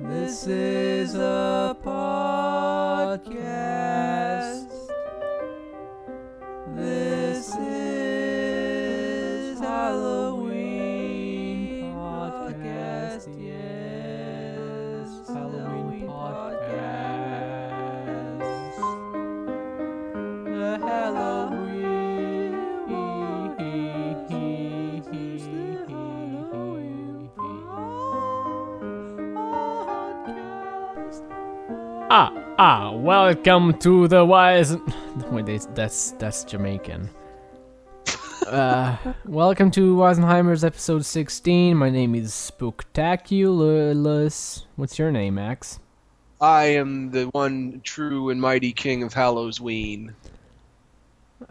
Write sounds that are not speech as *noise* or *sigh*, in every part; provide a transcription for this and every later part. This is a podcast. This is Halloween podcast. Yes, Halloween podcast. The *laughs* Halloween. Ah, ah, welcome to the wise. *laughs* Wait, that's- that's that's Jamaican. *laughs* Uh, welcome to Weisenheimer's episode 16. My name is Spooktaculous. What's your name, Max? I am the one true and mighty king of Halloween.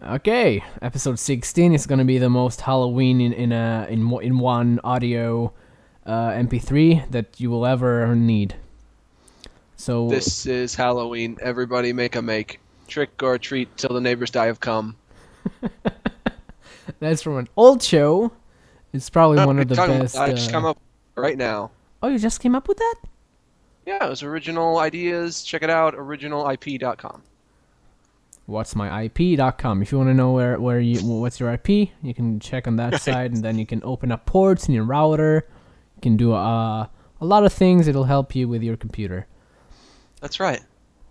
Okay, episode 16 is gonna be the most Halloween in in a in mo- in one audio uh, MP3 that you will ever need. So This is Halloween. Everybody make a make. Trick or treat till the neighbors die of cum. that's from an old show. It's probably one of the I come- best. I just uh, come up right now. Oh, you just came up with that? Yeah, it was original ideas. Check it out, originalip.com. what's my ip.com if you want to know where where you what's your ip you can check on that side and then you can open up ports in your router you can do uh, a lot of things it'll help you with your computer That's right.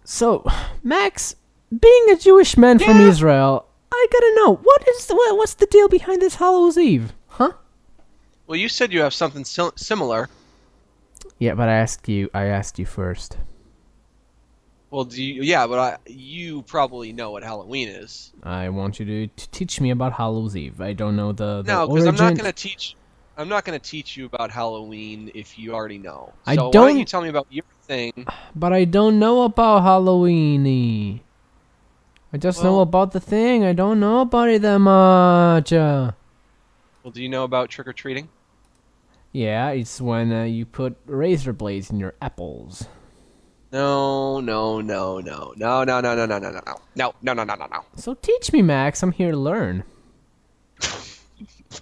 so max being a jewish man from Yeah. israel i gotta know what is the, what, what's the deal behind this hallows eve huh Well, you said you have something sil- similar. yeah but i asked you i asked you first Well, do you, yeah, but I, you probably know what Halloween is. i want you to, to teach me about hallows eve i don't know the, the No, because origin I'm not going to teach. I'm not going to teach you about Halloween if you already know. I So why don't you don't- tell me about your thing? But I don't know about Halloweeny. I just know Well- about the thing. I don't know about it that much. Uh, Well, do you know about trick or treating? yeah, it's when uh, you put razor blades in your apples. No, no, no, no, no, no, no, no, no, no, no, no, no, no, no, no, no, *laughs* no. So teach me, Max. I'm here to learn.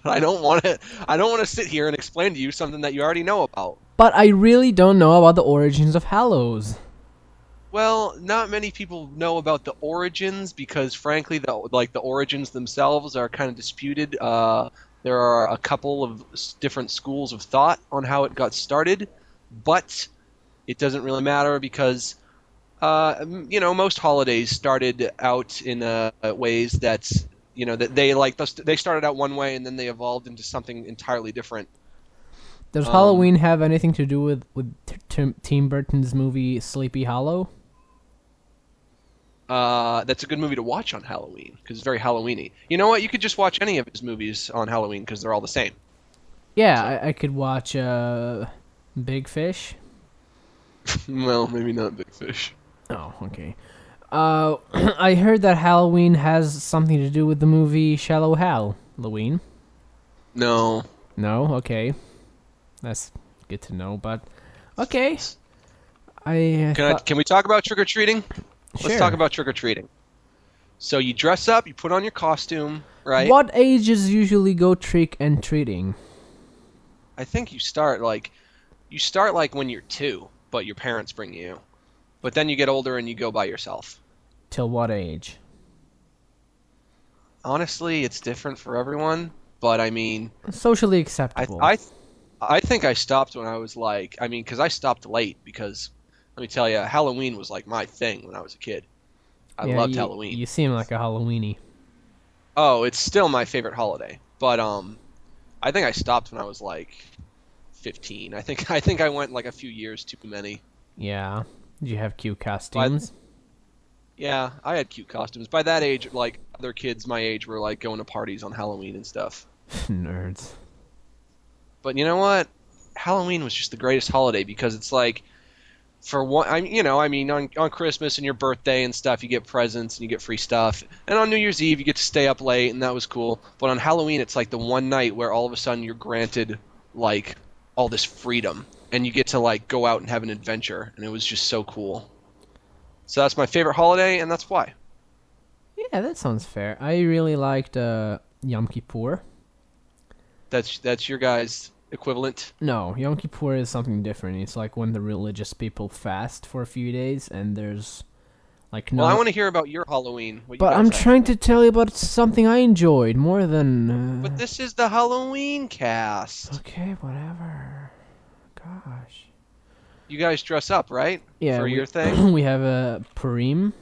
But I don't want to. I don't want to sit here and explain to you something that you already know about. But I really don't know about the origins of Hallows. Well, not many people know about the origins because, frankly, the like the origins themselves are kind of disputed. Uh, there are a couple of s- different schools of thought on how it got started, but it doesn't really matter because uh, m- you know, most holidays started out in uh, ways that you know that they like thus- they started out one way and then they evolved into something entirely different. Does Um, Halloween have anything to do with with t- Tim Tim Burton's movie Sleepy Hollow? Uh, that's a good movie to watch on Halloween because it's very Halloweeny. You know what? You could just watch any of his movies on Halloween because they're all the same. Yeah, I, I could watch uh, Big Fish. *laughs* well, maybe not Big Fish. Oh, okay. Uh, *clears throat* I heard that Halloween has something to do with the movie Shallow Hal. Halloween? No. No, okay. That's good to know, but okay. I uh, Can I, thought- can we talk about trick or treating? Sure. Let's talk about trick or treating. So you dress up, you put on your costume, right? what ages usually go trick and treating? I think you start like you start like when you're two, but your parents bring you. But then you get older and you go by yourself. Till what age? Honestly, it's different for everyone, but I mean, Socially I acceptable. I I think I stopped when I was like, I mean, cuz I stopped late because let me tell you, Halloween was like my thing when I was a kid. I Yeah, loved you- Halloween. You seem like a Halloweeny. Oh, it's still my favorite holiday, but um I think I stopped when I was like 15. I think *laughs* I think I went like a few years too many. Yeah. Did you have cute costumes? *laughs* Yeah, I had cute costumes. By that age, like other kids my age were like going to parties on Halloween and stuff. Nerds. But you know what? Halloween was just the greatest holiday because it's like for one I you know, I mean on on Christmas and your birthday and stuff, you get presents and you get free stuff. And on New Year's Eve, you get to stay up late and that was cool. But on Halloween, it's like the one night where all of a sudden you're granted like all this freedom and you get to like go out and have an adventure and it was just so cool. So that's my favorite holiday and that's why. Yeah, that sounds fair. I really liked uh, Yom Kippur. That's that's your guys equivalent. No, Yom Kippur is something different. It's like when the religious people fast for a few days and there's like no. Well, I want to hear about your Halloween. what you but guys I'm had. trying to tell you about something I enjoyed more than. Uh, But this is the Halloween cast. okay, whatever. Gosh. You guys dress up, right? Yeah. For we, your *clears throat* thing? we have a Purim,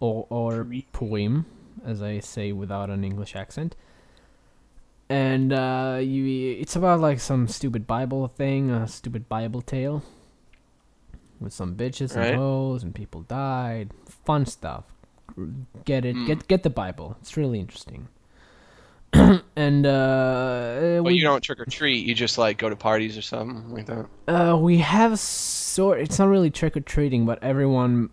or or Purim, as I say without an English accent. And uh, you, it's about like some stupid Bible thing, a stupid Bible tale, with some bitches Right. and hoes and people died. Fun stuff. Get it? Mm. Get get the Bible. It's really interesting. *clears throat* and uh, But we you don't trick or treat. You just like go to parties or something like that. Uh, we have sort. It's not really trick or treating, but everyone,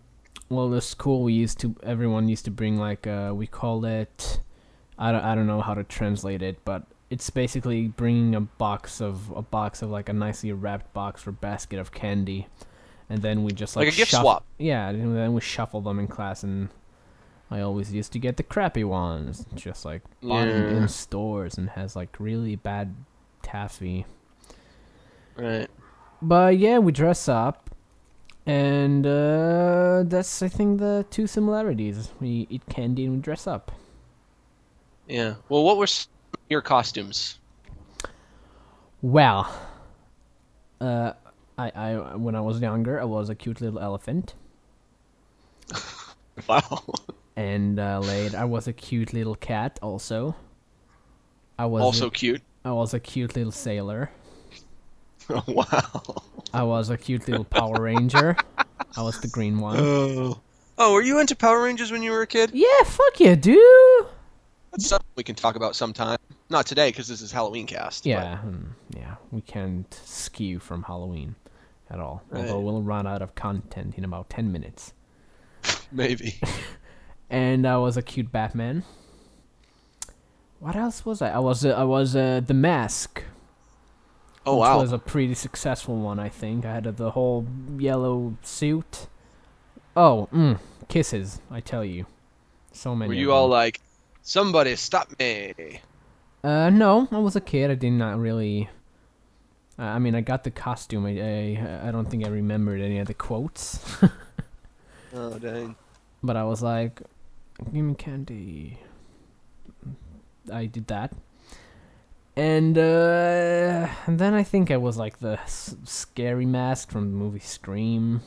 well, the school we used to, everyone used to bring like uh, we call it, I don't, I don't know how to translate it, but it's basically bringing a box of a box of like a nicely wrapped box or basket of candy, and then we just like Like a gift shuff- swap. Yeah, and then we shuffle them in class, and I always used to get the crappy ones, just like bought them Yeah. in stores and has like really bad taffy. Right. But yeah, we dress up, and uh, that's I think the two similarities: we eat candy and we dress up. Yeah. Well, what were s- your costumes? Well, uh, I, I when I was younger, I was a cute little elephant, *laughs* Wow. and uh, later I was a cute little cat. Also, I was *laughs* also a, cute. I was a cute little sailor. *laughs* wow. I was a cute little Power Ranger. I was the green one. Oh. Oh, were you into Power Rangers when you were a kid? Yeah, fuck yeah, dude. That's something we can talk about sometime. Not today, because this is Halloween cast. but- Yeah, hmm. mm, yeah, we can't skew from Halloween at all. Although Right. we'll run out of content in about ten minutes. *laughs* maybe. And I was a cute Batman. What else was I? I was uh, I was uh, the Mask, Oh which wow. was a pretty successful one, I think. I had uh, the whole yellow suit. Oh, mm, kisses! I tell you, so many. Were of you all them. like, somebody stop me? Uh, no, I was a kid. I did not really. uh, I I mean, I got the costume. I I, I don't think I remembered any of the quotes, Oh dang. but I was like, "Give me candy." I did that, and uh, and then I think I was like the s- scary mask from the movie Scream.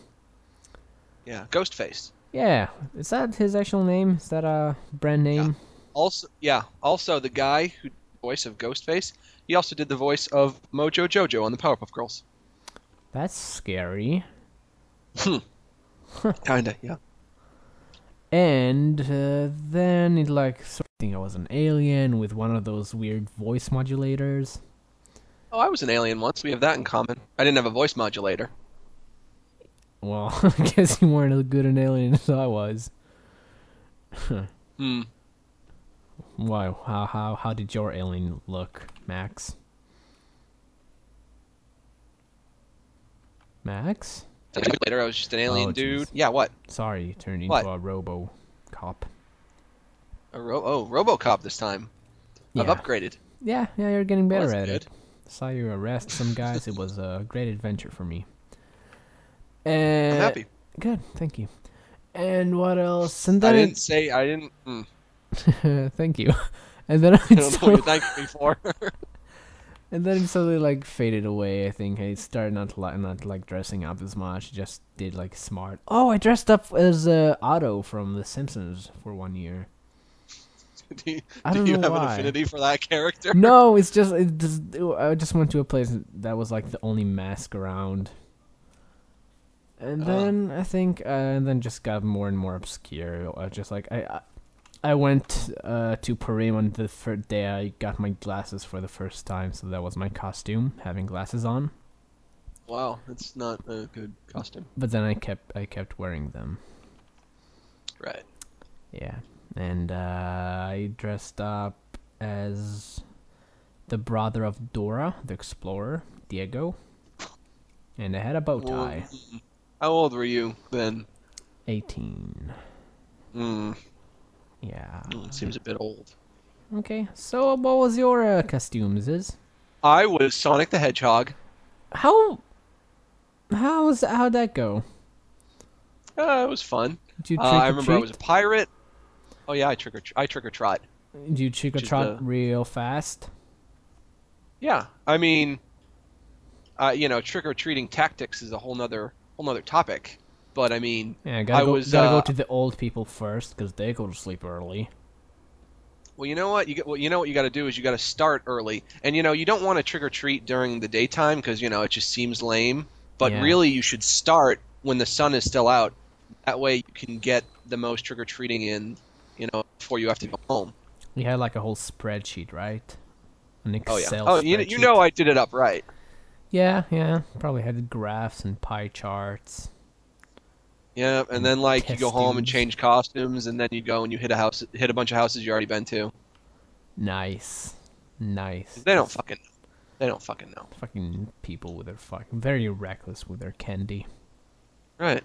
Yeah. Ghostface. Yeah, is that his actual name? Is that a brand name? Also, yeah. Also, the guy who did the voice of Ghostface, he also did the voice of Mojo Jojo on the Powerpuff Girls. That's scary. Kinda, yeah. And uh, then it like sort of think I was an alien with one of those weird voice modulators. Oh, I was an alien once. We have that in common. I didn't have a voice modulator. Well, *laughs* I guess you weren't as good an alien as I was. Hmm. Why? How how how did your alien look, Max? Max? Later, I was just an alien Oh, dude. jeez. Yeah. What? Sorry, you turned into What? a robo cop. A ro- oh, RoboCop this time. Yeah. I've upgraded. Yeah, yeah, you're getting Well, better at that's it. Saw you arrest some guys. it was *laughs* a great adventure for me. And I'm happy. Good, thank you. And what else? And I then didn't say I didn't. *laughs* Hmm. it- *laughs* thank you. And then *laughs* I it don't know what slowly, you're thanking *laughs* me for. *laughs* and then it slowly like faded away. I think I started not to like not like dressing up as much. Just did like smart. Oh, I dressed up as uh, Otto from The Simpsons for one year. do you, I *laughs* do don't you know have an why. affinity for that character? No, it's just it just I just went to a place that was like the only mask around. And Oh. then I think, uh, and then just got more and more obscure. I just like I, I, I went uh, to Purim on the third day. I got my glasses for the first time, so that was my costume, having glasses on. Wow, that's not a good costume. But then I kept, I kept wearing them. Right. Yeah, and uh, I dressed up as the brother of Dora the Explorer, Diego, and I had a bow tie. Well, How old were you then? Eighteen. Mm, Yeah. mm, seems a bit old. Okay. So, what was your uh, costumes? Is I was Sonic the Hedgehog. How? How's how'd that go? Uh, it was fun. Did you Uh, trick I or remember I treat? was a pirate. Oh yeah, I trick or tr- I trick or trot. Did you trick or which is trot the- real fast? Yeah, I mean, uh, you know, trick or treating tactics is a whole nother whole nother topic. But I mean, Yeah, gotta I go, was, gotta go uh, to the old people first because they go to sleep early. Well, you know what you get. Well, you know what you got to do is you got to start early, and you know you don't want to trick or treat during the daytime because you know it just seems lame. But Yeah. really, you should start when the sun is still out. That way, you can get the most trick or treating in, you know, before you have to go home. We had like a whole spreadsheet, right? An Oh Excel. yeah. Oh, you, you spreadsheet. know I did it up right. Yeah, yeah. Probably had graphs and pie charts. Yeah, and then like you go home and Costumes. change costumes, and then you go and you hit a house, hit a bunch of houses you already been to. Nice, nice. They don't fucking, they don't fucking know. fucking people with their fucking very reckless with their candy. Right.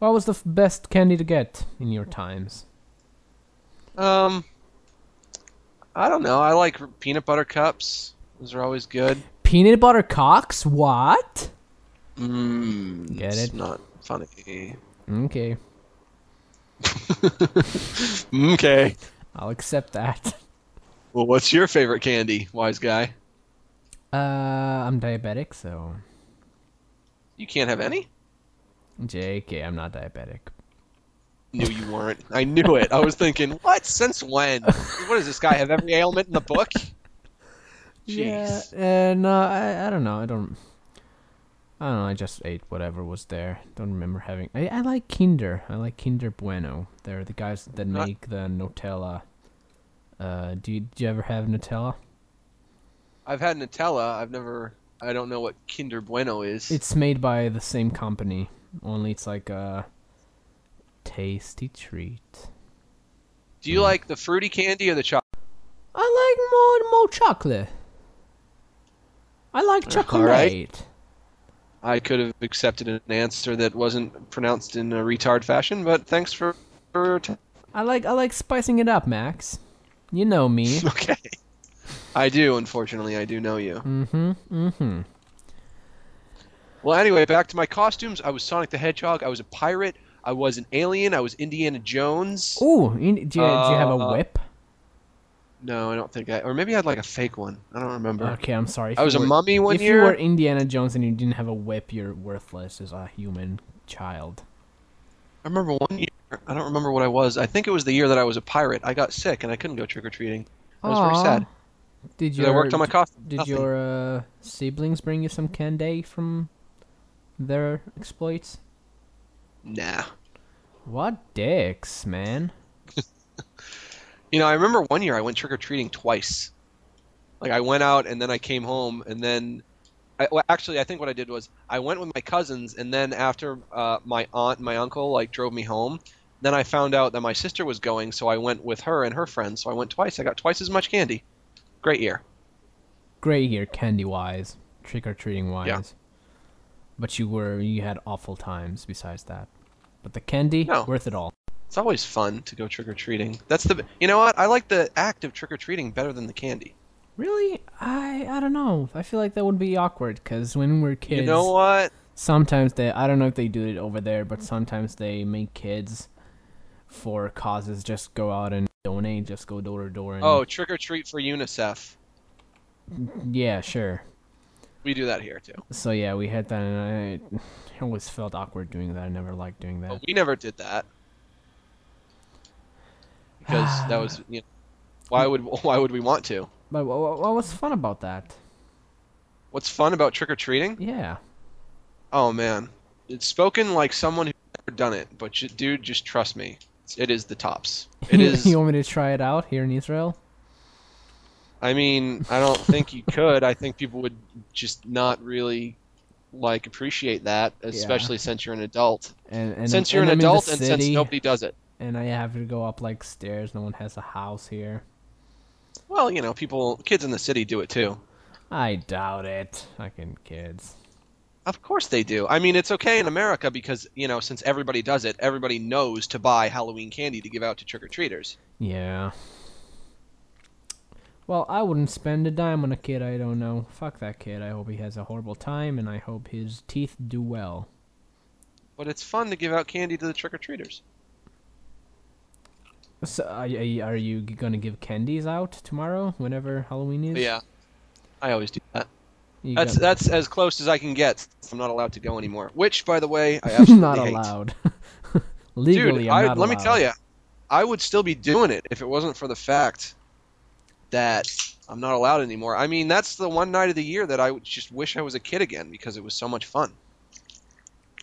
What was the f- best candy to get in your times? Um. I don't know. I like peanut butter cups. Those are always good. Peanut butter cocks? What? Mm, Get it's it? not funny. *laughs* Okay, Okay. I'll accept that. *laughs* Well, what's your favorite candy, wise guy? Uh, I'm diabetic, so You can't have any? JK, I'm not diabetic. Knew you weren't. I knew it. I was thinking, what? Since when? What does this guy have every ailment in the book? Jeez. *laughs* Yeah, uh, no, I, I don't know. I don't. I don't know. I just ate whatever was there. Don't remember having. I, I like Kinder. I like Kinder Bueno. They're the guys that Not- make the Nutella. Uh, do you, do you ever have Nutella? I've had Nutella. I've never. I don't know what Kinder Bueno is. It's made by the same company. Only it's like a tasty treat. Do you like the fruity candy or the chocolate? I like more more chocolate. I like all chocolate. right. I could have accepted an answer that wasn't pronounced in a retard fashion, but thanks for. for t- I like I like spicing it up, Max. You know me. *laughs* okay. I do, unfortunately. I do know you. mm-hmm. Mm-hmm. Well, anyway, back to my costumes. I was Sonic the Hedgehog. I was a pirate. I was an alien. I was Indiana Jones. Ooh, in, do, you, do you have a Uh, whip? No, I don't think I. Or maybe I had like a fake one. I don't remember. Okay, I'm sorry. if I you was a were- mummy one if year. you were Indiana Jones and you didn't have a whip, you're worthless as a human child. I remember one year. I don't remember what I was. I think it was the year that I was a pirate. I got sick and I couldn't go trick or treating. I was Aw. very sad. Did 'Cause your I worked on my costume. did Nothing. your uh, siblings bring you some candy from their exploits? Nah. What dicks, man! You know, I remember one year I went trick or treating twice. Like I went out and then I came home and then, I, well, actually I think what I did was I went with my cousins and then after uh, my aunt and my uncle like drove me home, then I found out that my sister was going, so I went with her and her friends. So I went twice. I got twice as much candy. Great year. Great year, candy wise, trick or treating wise. But you were you had awful times besides that. But the candy No. worth it all. It's always fun to go trick or treating. That's the you know what I like the act of trick or treating better than the candy. Really, I I don't know. I feel like that would be awkward because when we're kids, You know what? sometimes they I don't know if they do it over there, but sometimes they make kids for causes just go out and donate, just go door to door and Oh, trick or treat for UNICEF. yeah, sure. We do that here too. So yeah, we had that, and I, I always felt awkward doing that. I never liked doing that. But we never did that *sighs* because that was you know, why would *laughs* why would we want to? But what, what was fun about that? What's fun about trick or treating? Yeah, Oh man, it's spoken like someone who's never done it, but ju- dude, just trust me, It's- it is the tops. It is. *laughs* you want me to try it out here in Israel? I mean, I don't think you could. I think people would just not really like appreciate that, especially since you're an adult. And, and since I'm- you're and an I'm in the adult and since city, nobody does it. and I have to go up like stairs. No one has a house here. Well, you know, people, kids in the city do it too. I doubt it. Fucking kids. Of course they do. I mean, it's okay in America because, you know, since everybody does it, everybody knows to buy Halloween candy to give out to trick or treaters. Yeah. Well, I wouldn't spend a dime on a kid I don't know. Fuck that kid. I hope he has a horrible time, and I hope his teeth do well. But it's fun to give out candy to the trick or treaters. So, are you, are you gonna give candies out tomorrow, whenever Halloween is? Yeah, I always do that. You That's got- that's as close as I can get. since I'm not allowed to go anymore. Which, by the way, *laughs* I absolutely not hate. allowed. *laughs* Dude, Legally, I, I'm not let me allowed. tell you, I would still be doing it if it wasn't for the fact that I'm not allowed anymore. I mean, that's the one night of the year that I would just wish I was a kid again because it was so much fun.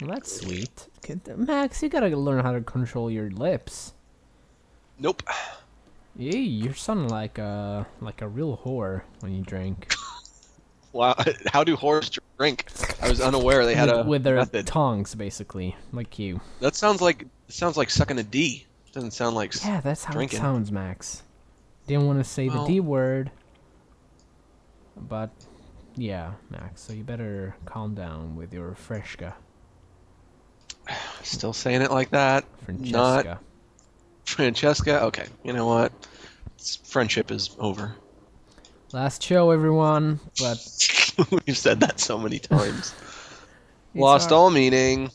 Well, that's sweet, Kid- Max. You gotta learn how to control your lips. Nope. Yeah, you're sounding like a like a real whore when you drink Wow. *laughs* How do whores drink? I was unaware they had with, a with their method. tongs, basically, like you. That sounds like it sounds like sucking a D. Doesn't sound like. s- Yeah, that's how Drinking. it sounds, Max. Didn't want to say Well- the D word, but yeah, Max. So you better calm down with your freshka, Still saying it like that. *laughs* Not Francesca. Francesca. Okay. You know what? It's- friendship is over. *laughs* Last show, everyone, but it's We've said that so *laughs* many times. Lost our- all meaning.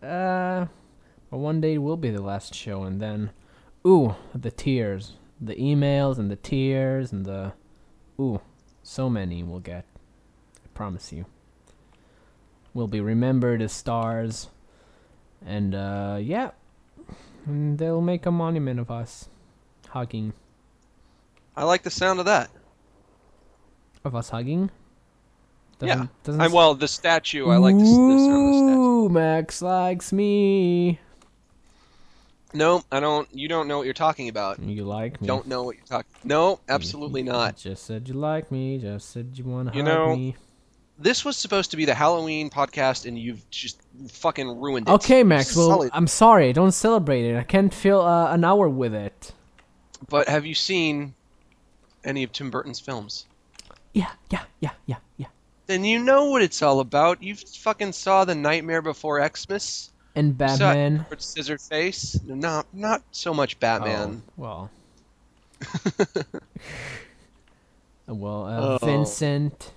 Uh, but one day will be the last show, and then, ooh, the tears, the emails, and the tears, and the, ooh, so many we'll get. I promise you. We'll be remembered as stars, and uh, yeah, and they'll make a monument of us, hugging, I like the sound of that. of us hugging. Yeah, doesn't I, s- well, the statue. I like the, s- the sound of the statue. Ooh, Max likes me. No, I don't. You don't know what you're talking about. You like me. Don't know what you're talking. No, You- absolutely you *laughs* not. Just said you like me. Just said you want to You hug know, me. This was supposed to be the Halloween podcast, and you've just fucking ruined it. Okay, Max. Well, Solid. I'm sorry. I don't celebrate it. I can't fill uh, an hour with it. But have you seen any of Tim Burton's films? Yeah, yeah, yeah, yeah, yeah. Then you know what it's all about. You fucking saw the Nightmare Before Xmas. And You saw Batman. Edward Scissorface. Not not so much Batman. Oh, well. Oh. *laughs* well, uh, Oh. Vincent.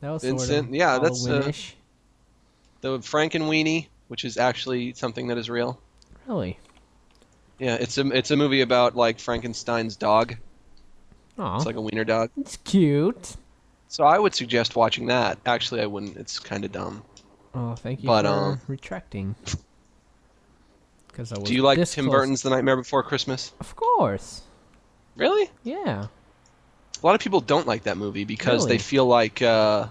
That was sort Vincent, of yeah, that's, uh, Halloweenish. *laughs* The Frankenweenie, which is actually something that is real. really. Yeah, it's a it's a movie about like Frankenstein's dog. Oh, It's like a wiener dog. it's cute. So I would suggest watching that. Actually, I wouldn't. It's kind of dumb. Oh, thank you But, for um, retracting. Because I was Do you like this Tim close. Burton's The Nightmare Before Christmas? Of course. Really? Yeah. A lot of people don't like that movie because Really? they feel like uh,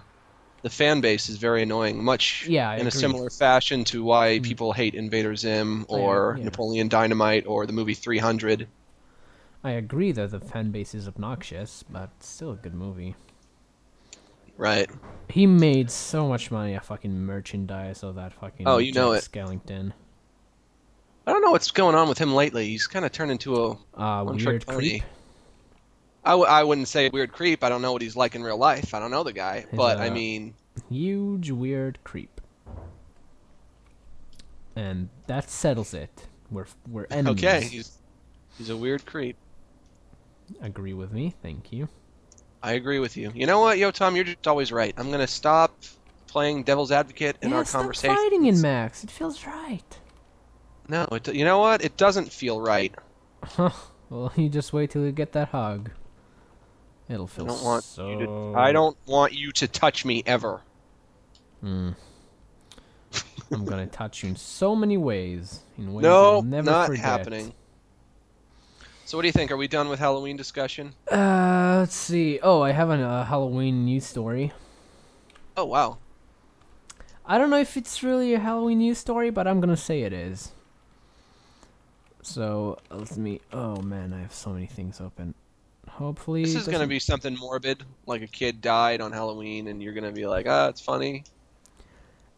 the fan base is very annoying. Much Yeah, I in a agree. Hmm. Oh, similar fashion to why people hate Invader Zim or yeah. Napoleon Dynamite or the movie 300. I agree that the fan base is obnoxious, but still a good movie. Right. He made so much money off fucking merchandise of that fucking Oh, you know Jack it. Skellington. I don't know what's going on with him lately. He's kind of turned into a Uh, one weird trick pony. creep. I, w- I wouldn't say weird creep. I don't know what he's like in real life. I don't know the guy. But I uh, mean, Huge weird creep. And that settles it. We're we're enemies. *laughs* okay, he's he's a weird creep. Agree with me? Thank you. I agree with you. You know what, yo, Tom, you're just always right. I'm gonna stop playing devil's advocate in yeah, our stop conversation. fighting in Max. It feels right. no, it, you know what? It doesn't feel right. Huh. Well, *laughs* you just wait till you get that hug. It'll I feel don't want so. you to. I don't want you to touch me ever. Mm. I'm gonna touch you in so many ways. In ways No, you'll never not forget. happening. So, what do you think? Are we done with Halloween discussion? Uh, let's see. Oh, I have a uh, Halloween news story. Oh wow, I don't know if it's really a Halloween news story, but I'm gonna say it is. So let me. Oh man, I have so many things open. Hopefully, this it is gonna doesn't- be something morbid, like a kid died on Halloween, and you're gonna be like, ah, it's funny.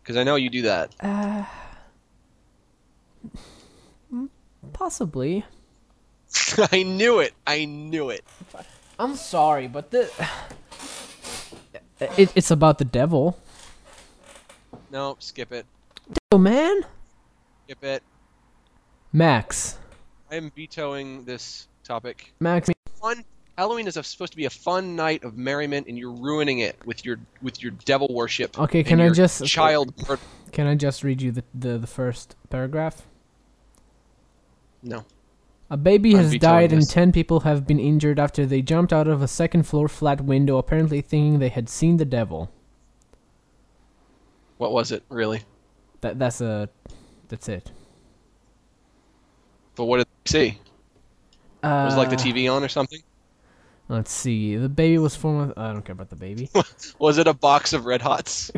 Because I know you do that. *laughs* Uh, m- possibly. I knew it. I knew it. I'm sorry, but the. *sighs* it, it's about the devil. No, skip it. Oh man, Skip it. Max. I'm vetoing this topic. Max, One Halloween is a, supposed to be a fun night of merriment, and you're ruining it with your with your devil worship. Okay, and can I your just- child? mur- Can I just read you the, the, the first paragraph? No. A baby I'd has be telling died and this. 10 people have been injured after they jumped out of a second floor flat window, apparently thinking they had seen the devil. What was it really? That That's a. That's it. But what did they see? Uh, was like the TV on or something? Let's see. The baby was formed. With, I don't care about the *laughs* baby. Was it a box of *laughs* Red Hots?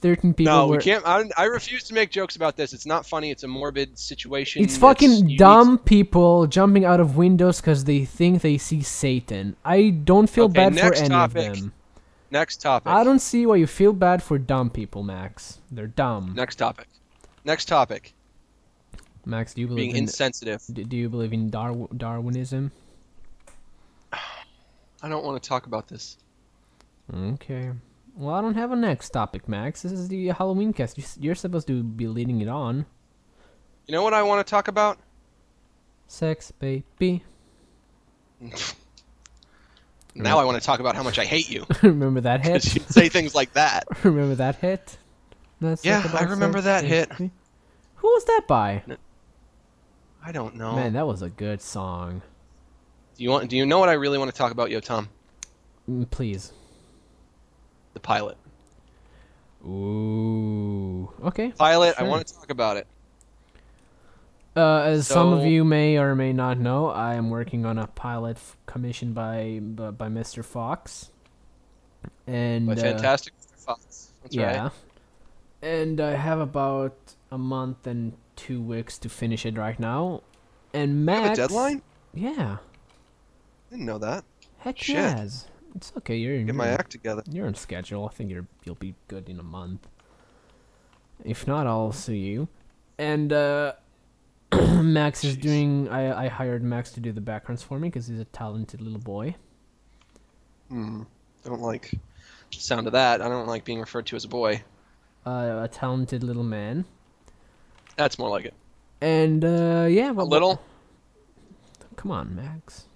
13 people no, were. we can't. I, I refuse to make jokes about this. It's not funny. It's a morbid situation. It's that's- you fucking need- dumb people jumping out of windows because they think they see Satan. I don't feel Okay, bad for next any topic. of them. Next topic. I don't see why you feel bad for dumb people, Max. They're dumb. Next topic. Next topic. Max, do you believe Being in insensitive. d- do you believe in Dar- Darwinism? I don't want to talk about this. Okay. Well, I don't have a next topic, Max. This is the Halloween cast. You s- You're supposed to be leading it on. You know what I want to talk about? Sex, baby. *laughs* Now I want to talk about how much I hate you. Remember *laughs* that 'Cause hit? *laughs* you say things like that. Remember that hit? Let's Yeah, talk about I remember sex, that hit. baby. Who was that by? I don't know. Man, that was a good song. Do you want? Do you know what I really want to talk about, Yo Tom? Mm, Please. The pilot. Ooh. Okay. Pilot. Sure. I want to talk about it. Uh, as some of So- you may or may not know, I am working on a pilot f- commissioned by by, by Mr. Fox. And By uh, Fantastic Mr. Fox. That's yeah. right. And I have about a month and two weeks to finish it right now. And You have a Max. deadline? Yeah. Didn't know that. Heck Shit. yes. It's okay. You're Get you're, my act together. you're on schedule. I think you're you'll be good in a month. If not, I'll sue you. And uh, *clears throat* Max is Jeez. doing. I I hired Max to do the backgrounds for me because he's a talented little boy. Hmm. I don't like the sound of that. I don't like being referred to as a boy. Uh, a talented little man. That's more like it. And uh, yeah, A well, little. Come on, Max.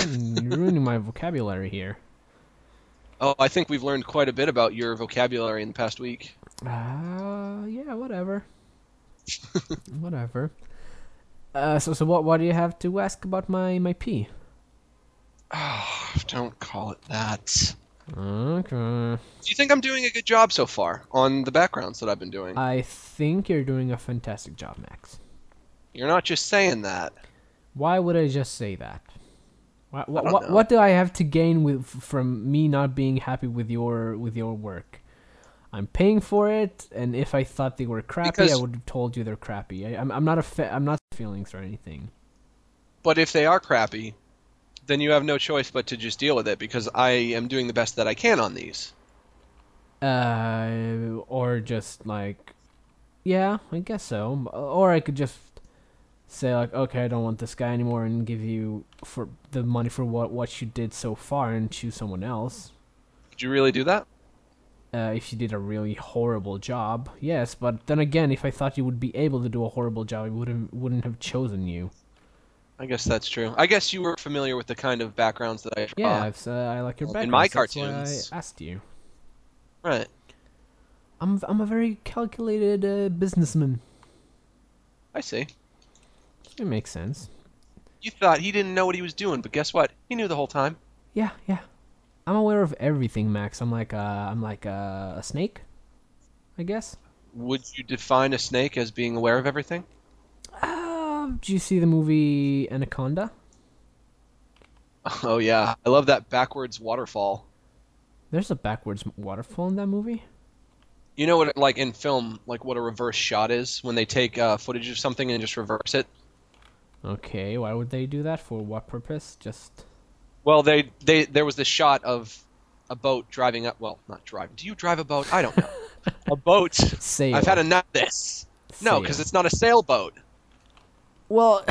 You're ruining- *laughs* you're ruining my vocabulary here. Oh, I think we've learned quite a bit about your vocabulary in the past week. Uh, yeah, *laughs* whatever. whatever. Uh, so so what what do you have to ask about my my pee? Oh, don't call it that. Okay. Do you think I'm doing a good job so far on the backgrounds that I've been doing? I think you're doing a fantastic job, Max. You're not just saying that. Why would I just say that? What what, don't what, know. what do I have to gain with from me not being happy with your with your work? I'm paying for it, and if I thought they were crappy, I Because- would have told you they're crappy. I, I'm I'm not a fa- I'm not feelings or anything. But if they are crappy, then you have no choice but to just deal with it because I am doing the best that I can on these. Uh, or just like, yeah, I guess so. Or I could just say like, okay, I don't want this guy anymore, and give you for the money for what what you did so far, and choose someone else. Would you really do that? Uh, if you did a really horrible job, yes. But then again, if I thought you would be able to do a horrible job, I wouldn't wouldn't have chosen you. Ah. I guess that's true. I guess you were familiar with the kind of backgrounds that I draw. Yeah, I've s- uh, I like your well, background. in my so that's cartoons- why I asked you. Right. I'm I'm a very calculated uh, businessman. I see. It makes sense. You thought he didn't know what he was doing, but guess what? He knew the whole time. Yeah, yeah. I'm aware of everything, Max. I'm like uh I'm like uh, a snake, I guess. Would you define a snake as being aware of everything? *laughs* Uh, do you see the movie Anaconda? Oh yeah, I love that backwards waterfall. There's a backwards waterfall in that movie. You know what, like in film, like what a reverse shot is when they take uh, footage of something and just reverse it. Okay, why would they do that? For what purpose? Just Well, they they there was the shot of a boat driving up. Well, not driving. Do you drive a boat? I don't know. *laughs* a boat. sail. I've had enough of this. No, because Sail. it's not a sailboat. well,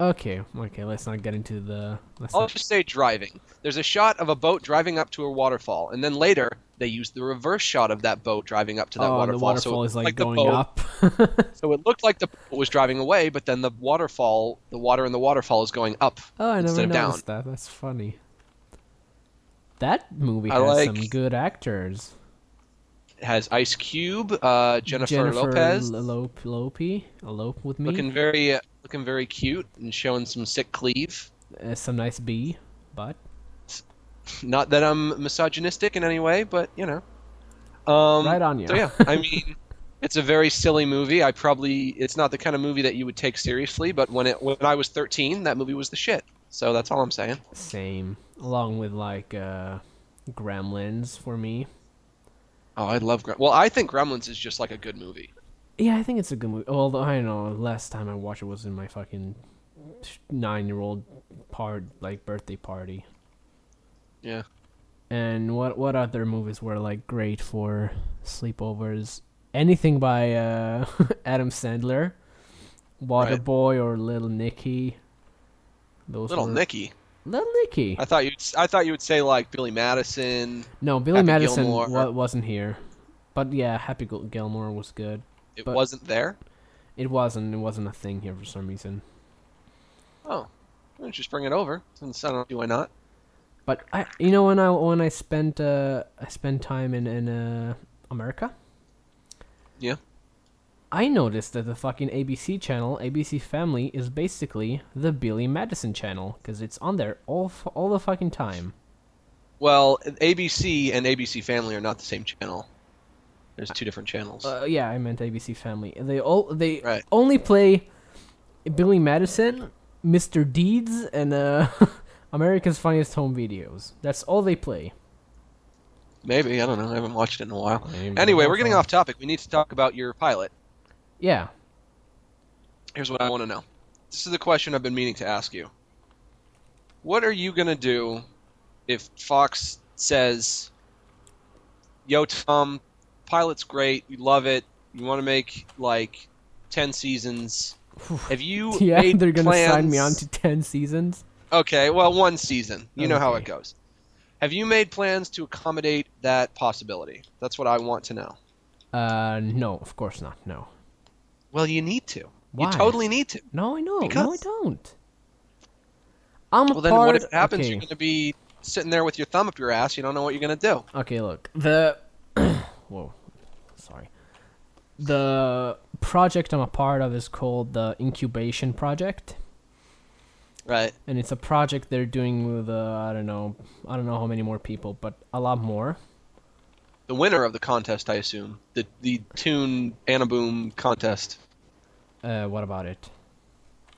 Okay, okay. Let's not get into the. Let's I'll not- just say driving. There's a shot of a boat driving up to a waterfall, and then later they use the reverse shot of that boat driving up to that oh, waterfall. the so it waterfall is looked like, the going boat- up. *laughs* So it looked like the boat was driving away, but then the waterfall, the water in the waterfall is going up. oh, I never Instead of down. noticed that. That's funny. That movie I has like- some good actors. It has Ice Cube, uh, Jennifer, Jennifer Lopez, L- Lope, Lope, Lope with me. looking very, looking very cute and showing some sick cleave. Uh, some nice B, but Not that I'm misogynistic in any way, but you know. Um, Right on ya. So yeah, I mean, *laughs* it's a very silly movie. I probably it's not the kind of movie that you would take seriously, but when it when I was 13, that movie was the shit. So that's all I'm saying. same. Along with like uh, Gremlins for me. Oh, I love Gremlins. Well, I think Gremlins is just like a good movie. Yeah, I think it's a good movie. Although I know last time I watched it was in my fucking nine-year-old part like birthday party. Yeah. And what what other movies were like great for sleepovers? Anything by uh, *laughs* Adam Sandler, Waterboy, or Little Nicky. Those Little were- Nicky. Little Nicky. I thought you I thought you would say like Billy Madison. No, Billy Happy Madison Gilmore. wa- wasn't here, but yeah, Happy Gil- Gilmore was good. It But- wasn't there. It wasn't. It wasn't a thing here for some reason. Oh, well, just bring it over. Since I don't see why not. But I, you know, when I when I spent uh, I spent time in in uh, America. Yeah. I noticed that the fucking ABC channel, ABC Family, is basically the Billy Madison channel because it's on there all f- all the fucking time. Well, ABC and ABC Family are not the same channel. There's two different channels. Uh, yeah, I meant ABC Family. They all they Right. only play Billy Madison, Mr. Deeds, and uh, *laughs* America's Funniest Home Videos. That's all they play. Maybe I don't know. I haven't watched it in a while. Maybe Anyway, that's we're getting all. off topic. We need to talk about your pilot. Yeah. Here's what I want to know. This is the question I've been meaning to ask you. What are you gonna do if Fox says, "Yo, Tom, pilot's great. We love it. You want to make like ten seasons? Have you *laughs* Yeah, made they're gonna sign me on plans- to ten seasons. Okay, well, one season. You know how it Okay. goes. Have you made plans to accommodate that possibility? That's what I want to know. Uh, no, of course not. No, Well, you need to. Why? You totally need to. no, I know. No, I Because- don't. I'm a Well, then part. what if it happens? Okay. You're going to be sitting there with your thumb up your ass. You don't know what you're going to do. okay, look the. *coughs* Whoa, sorry. The project I'm a part of is called the Incubation Project, Right. and it's a project they're doing with uh, I don't know, I don't know how many more people, but a lot more. The winner of the contest, I assume. The the tune Anaboom contest. Uh, what about it?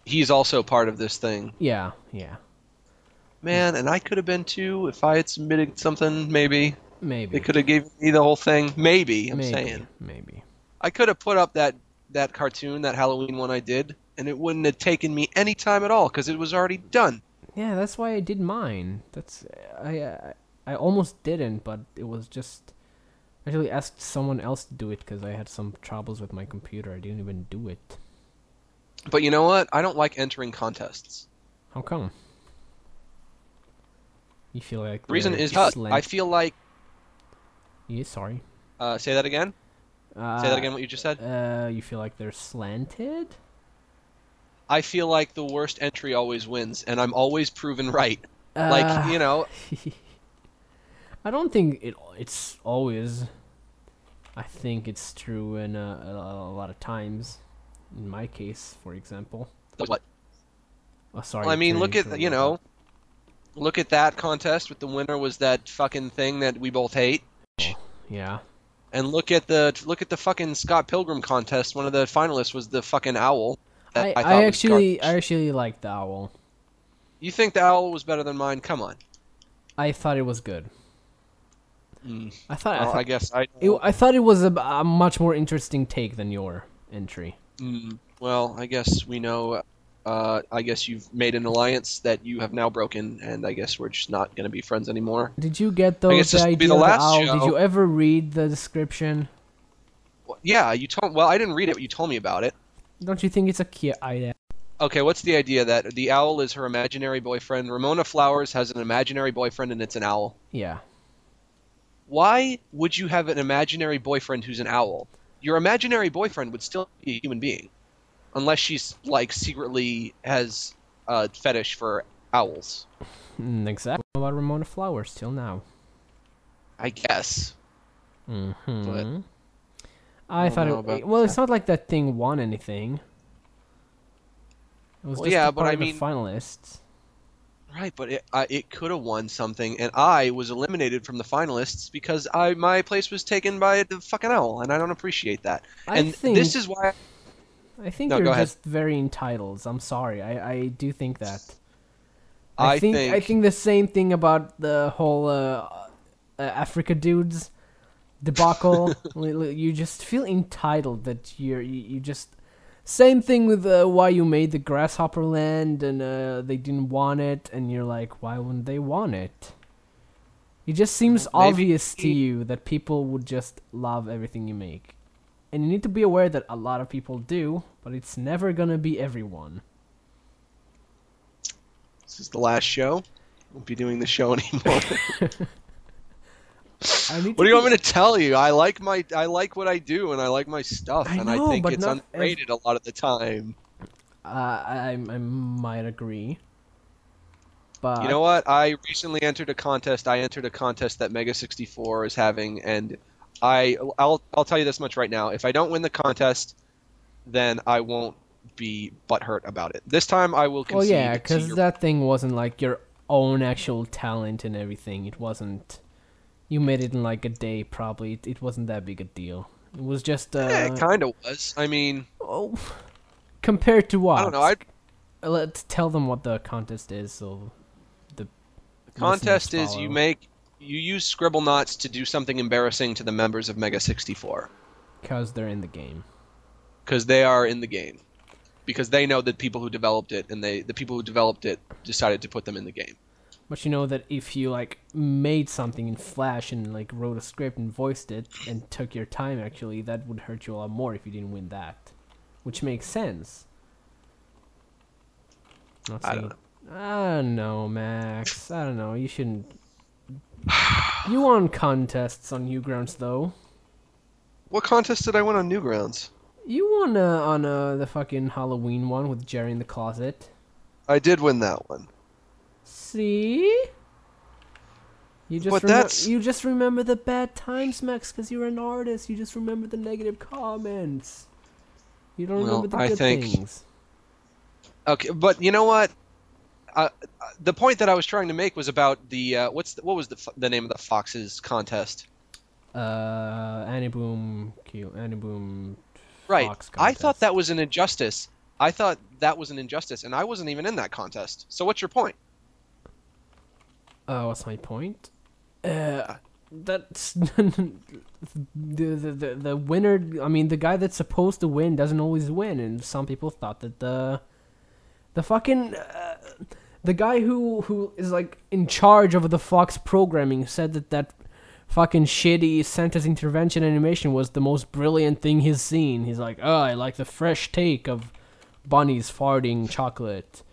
He's also part of this thing. Yeah, yeah, Man, and I could have been too if I had submitted something, maybe. maybe, They could have given me the whole thing. Maybe, I'm maybe, saying. maybe. I could have put up that that cartoon, that Halloween one I did, and it wouldn't have taken me any time at all because it was already done. Yeah, that's why I did mine. That's I I, I almost didn't, but it was just I actually asked someone else to do it because I had some troubles with my computer. I didn't even do it. But you know what? I don't like entering contests. How come? You feel like The reason they're is that slant- I feel like. yeah, sorry. Uh, say that again. Uh, say that again. What you just said. Uh, you feel like they're slanted. I feel like the worst entry always wins, and I'm always proven right. Uh, like you know, *laughs* I don't think it. It's always. I think it's true in uh, a, a lot of times. In my case, for example. what? Oh, sorry. Well, I mean, turning look to at you another- know, look at that contest with the winner was that fucking thing that we both hate. Yeah. And look at the look at the fucking Scott Pilgrim contest. One of the finalists was the fucking owl. I, that I, thought was actually garbage. I actually liked the owl. You think the owl was better than mine? Come on. *laughs* I thought it was good. Mm. I thought, I, Well, thought I guess I. it, I thought it was a, a much more interesting take than your entry. Mm, well, I guess we know. Uh, I guess you've made an alliance that you have now broken, and I guess we're just not going to be friends anymore. Did you get I those guess this will idea be the of last owl? Did show. you ever read the description? Well, yeah, you told. Well, I didn't read it. but You told me about it. Don't you think it's a cute idea? okay, what's the idea that the owl is her imaginary boyfriend? Ramona Flowers has an imaginary boyfriend, and it's an owl. Yeah. Why would you have an imaginary boyfriend who's an owl? Your imaginary boyfriend would still be a human being, unless she's like secretly has a fetish for owls. Mm, exactly. About Ramona Flowers till now. I guess. Mm-hmm. I don't thought know it. about well, it's not like that thing won anything. It was Well, just yeah, a but part I of mean- the finalists. Right, but it, I it could have won something, and I was eliminated from the finalists because I my place was taken by the fucking owl, and I don't appreciate that. I and think- this is why I think No, you're go ahead. just very entitled. I'm sorry. I, I do think that. I, think, think, I think the same thing about the whole uh, uh, Africa dudes *laughs* debacle. Li- li- you just feel entitled that you're you, you just same thing with uh, why you made the grasshopper land and uh, they didn't want it and you're like why wouldn't they want it? It just seems Maybe- obvious to you that people would just love everything you make. And you need to be aware that a lot of people do, but it's never going to be everyone. this is the last show. Won't be doing the show *laughs* anymore. I need What do to you be- want me to tell you? I like my I like what I do and I like my stuff I and know, I think but it's not ev- underrated a lot of the time. Uh, I, I I might agree. But you know what? I recently entered a contest. I entered a contest that Mega 64 is having and I I'll I'll tell you this much right now. If I don't win the contest, then I won't be butthurt about it. This time I will concede. well, yeah, to because your- that thing wasn't like your own actual talent and everything. It wasn't. You made it in like a day, probably. It, it wasn't that big a deal. It was just uh, Eh, it kind of was. I mean, oh, compared to what? I don't know. I Uh, Let's tell them what the contest is. So the contest listeners is you follow. make you use scribble knots to do something embarrassing to the members of Mega 64. because they're in the game. because they are in the game because they know the people who developed it and they the people who developed it decided to put them in the game But you know that if you like made something in Flash and like wrote a script and voiced it and took your time, actually, that would hurt you a lot more if you didn't win that, which makes sense. Not I don't know. I don't know, Max. I don't know. You *sighs* shouldn't. you won contests on Newgrounds, though. what contest did i win on newgrounds You won uh, on uh, the fucking Halloween one with Jerry in the closet. i did win that one See? You just But remem- that's- you just remember the bad times, Max, because you're an artist. You just remember the negative comments. You don't Well, remember the I good think- things. okay but you know what uh, uh, the point that i was trying to make was about the uh, what's the, what was the, f- the name of the foxes contest Uh, Annie Boom, Q, Annie Boom. right Fox i thought contest. that was an injustice i thought that was an injustice and i wasn't even in that contest so what's your point Uh, what's my point? Uh, that's *laughs* the, the the the winner. I mean, the guy that's supposed to win doesn't always win, and some people thought that the the fucking uh, the guy who who is like in charge of the Fox programming said that that fucking shitty Santa's intervention animation was the most brilliant thing he's seen. He's like, oh, I like the fresh take of bunnies farting *laughs* chocolate.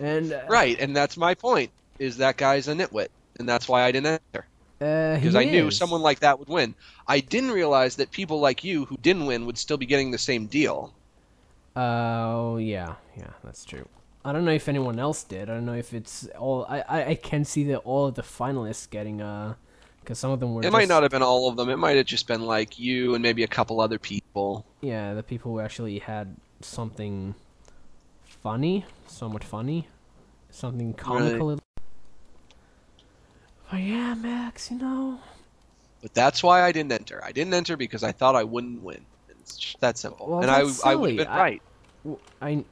and uh, right and that's my point is that guy's a nitwit and that's why i didn't enter uh, because he I knew is. someone like that would win. I didn't realize that people like you who didn't win would still be getting the same deal. Oh yeah, yeah, that's true. I don't know if anyone else did. I don't know if it's all. I I, I can see that all of the finalists getting uh, because some of them were. It might just- not have been all of them. It might have just been like you and maybe a couple other people. Yeah, the people who actually had something funny, somewhat funny, something comical. But yeah, Max, you know. But that's why I didn't enter. I didn't enter because I thought I wouldn't win. It's just that simple. Well, and that's I I would silly. have been I- right. w- I.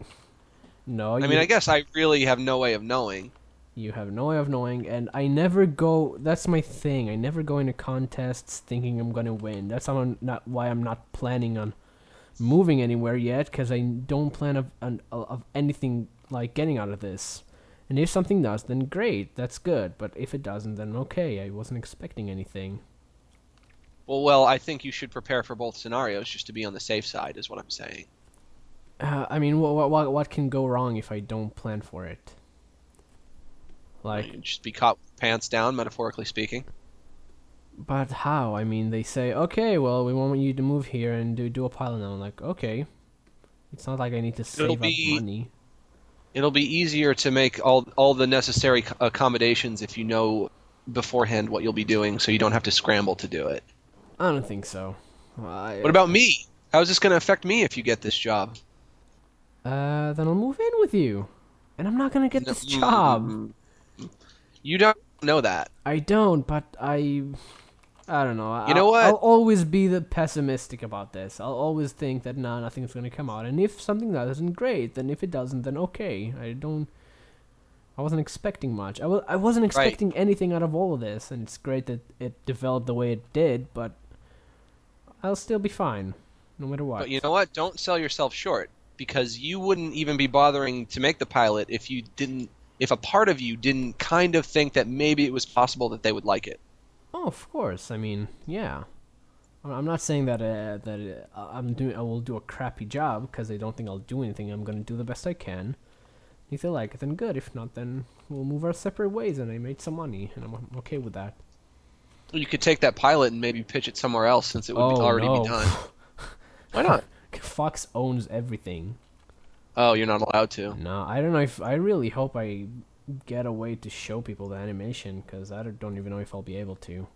No, I you, mean, I guess I really have no way of knowing. you have no way of knowing and i never go that's my thing i never go into contests thinking i'm gonna win that's how I'm not why i'm not planning on moving anywhere yet because i don't plan of, on, of anything like getting out of this and if something does then great that's good but if it doesn't then okay i wasn't expecting anything Well, well, I think you should prepare for both scenarios just to be on the safe side is what I'm saying. uh, I mean, what, what what can go wrong if I don't plan for it? Like, You just be caught pants down, metaphorically speaking. but how? I mean, they say, okay, well, we want you to move here and do do a pilot now. I'm like, okay, it's not like I need to save be- up money. It'll be easier to make all all the necessary c- accommodations if you know beforehand what you'll be doing, so you don't have to scramble to do it. I don't think so. I, What about me? How is this going to affect me if you get this job? Uh, then I'll move in with you, and I'm not gonna get this job. Mm-hmm. You don't know that. I don't, but I, I don't know. You know what? I'll always be the pessimistic about this. I'll always think that nah, nothing's gonna come out, and if something does, then great. Then if it doesn't, then okay. I don't. I wasn't expecting much. I w- I wasn't expecting anything out of all of this, and it's great that it developed the way it did. But I'll still be fine, no matter what. But you know what? Don't sell yourself short because you wouldn't even be bothering to make the pilot if you didn't if a part of you didn't kind of think that maybe it was possible that they would like it. Oh, of course. I mean, yeah. I- I'm not saying that uh, that uh, I'm doing. I will do a crappy job because I don't think I'll do anything. I'm gonna do the best I can. If they like it, then good. If not, then we'll move our separate ways. And I made some money, and I'm I'm okay with that. You could take that pilot and maybe pitch it somewhere else since it would be Oh, already no. be done. Why not? *laughs* Fox owns everything. Oh, you're not allowed to. No, I don't know if I really hope I get a way to show people the animation because I don't- don't even know if I'll be able to.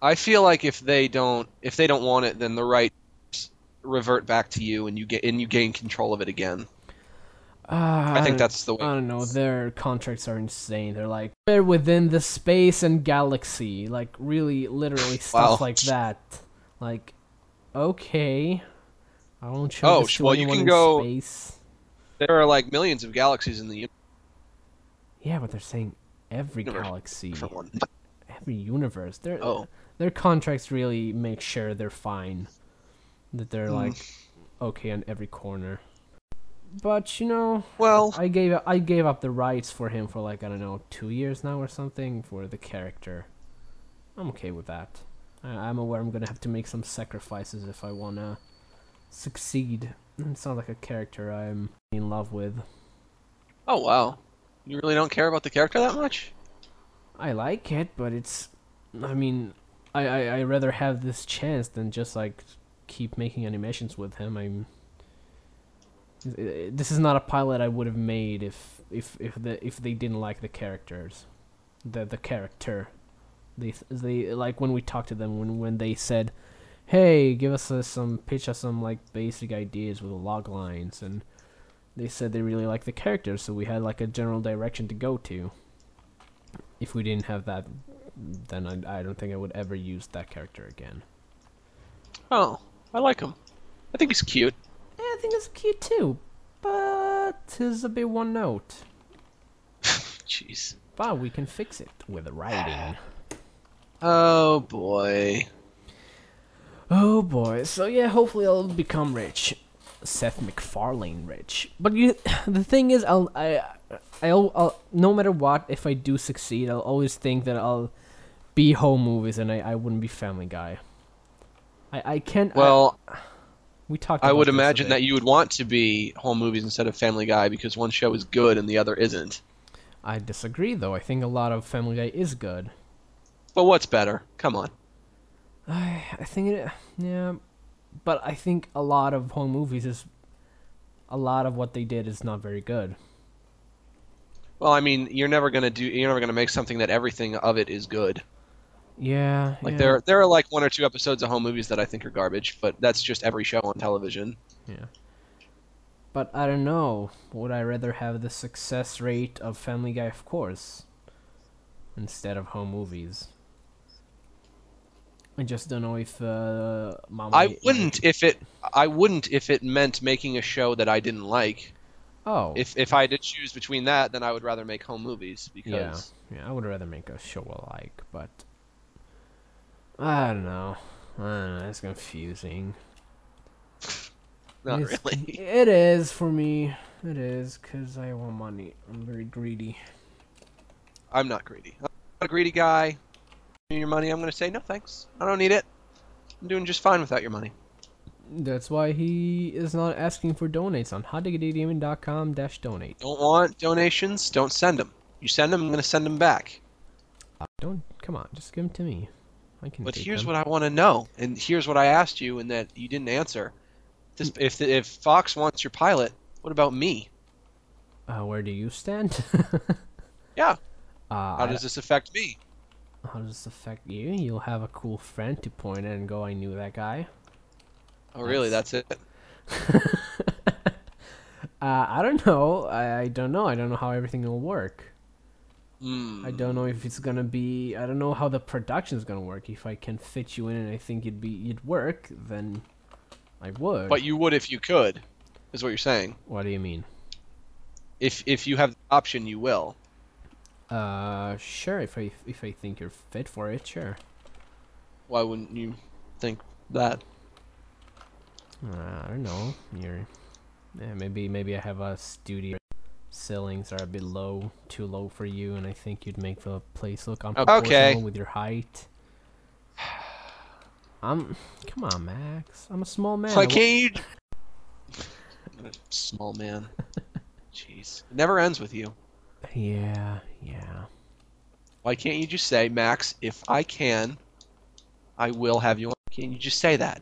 I feel like if they don't if they don't want it, then the rights revert back to you and you get and you gain control of it again. Uh, I think that's the way. I don't know. Their contracts are insane. They're like they're within the space and galaxy, like really, *laughs* literally stuff Wow. like that. Like, okay, I won't show Oh, this sh- to well, you anyone can in go- space. There are like millions of galaxies in the Yeah, but they're saying every Universe. galaxy, universe. one. every universe. Their Oh. their contracts really make sure they're fine, that they're Hmm. like okay on every corner. But you know, Well, I gave up, I gave up the rights for him for like I don't know two years now or something for the character. I'm okay with that. I, I'm aware I'm gonna have to make some sacrifices if I wanna succeed. Mm, It's not like a character I'm in love with. Oh wow, you really don't care about the character that much? I like it, but it's. I mean, I I I rather have this chance than just like keep making animations with him. I'm. i- i- This is not a pilot I would have made if if if the if they didn't like the characters, the the character, they th- they like when we talked to them when when they said, hey, give us uh, some pitch us some like basic ideas with log lines and. They said they really liked the characters, so we had like a general direction to go to if we didn't have that, then I, I don't think I would ever use that character again. Oh, I like him. I think he's cute. *laughs* Yeah, I think it's cute too, but it's a bit one note. Jeez. But we can fix it with writing. Oh boy. Oh boy. So yeah, hopefully I'll become rich, Seth MacFarlane rich. But you, *sighs* the thing is, I'll I, I'll, I'll no matter what, if I do succeed, I'll always think that I'll be home movies and I, I wouldn't be Family Guy. I, I can't. I- Well, we talked. I about would this a imagine bit. that you would want to be home movies instead of Family Guy because one show is good and the other isn't. I disagree, though. I think a lot of Family Guy is good. *sighs* But what's better? Come on. I, I think it, yeah, but I think a lot of home movies is, a lot of what they did is not very good. Well, I mean, you're never gonna do. You're never gonna make something that everything of it is good. Yeah, Like yeah, there, there are like one or two episodes of home movies that I think are garbage, but that's just every show on television. yeah. But I don't know. Would I rather have the success rate of Family Guy, of course, instead of home movies? I just don't know if uh, Mama. I wouldn't if it. I wouldn't if it meant making a show that I didn't like. Oh, if if I had to choose between that, then I would rather make home movies Yeah, because yeah. I would rather make a show alike, but I don't know. I don't know. It's confusing. not It's- really. *laughs* *laughs* It is for me. It is because I want money. I'm very greedy. I'm not greedy. I'm not a greedy guy. Give me Your money, I'm gonna say no thanks. I don't need it. I'm doing just fine without your money. That's why he is not asking for donates on hotdiggitygaming.com dash donate. Don't want donations? Don't send them. You send them, I'm going to send them back. Don't come on, just give them to me. I can. But take here's them. what I want to know, and here's what I asked you, and that you didn't answer. This, Mm. if if Fox wants your pilot, what about me? Uh, where do you stand? *laughs* Yeah. Uh, How does this affect me? how does this affect you? You'll have a cool friend to point at and go, I knew that guy. Oh, really? That's it. *laughs* Uh, I don't know. I, I don't know. I don't know how everything will work. Mm. I don't know if it's gonna be. I don't know how the production's gonna work. If I can fit you in and I think you'd be you'd work, then I would. But you would if you could, is what you're saying. what do you mean? If if you have the option, you will. Uh, sure. If I if I think you're fit for it, sure. Why wouldn't you think that? Uh, I don't know. You're yeah, maybe maybe I have a studio ceilings are a bit low, too low for you, and I think you'd make the place look uncomfortable with your height. *sighs* I'm come on, Max. I'm a small man. Why I wa- can't you? *laughs* Small man. Jeez, it never ends with you. Yeah, yeah. Why can't you just say, Max? If I can, I will have you. on? Can't you just say that?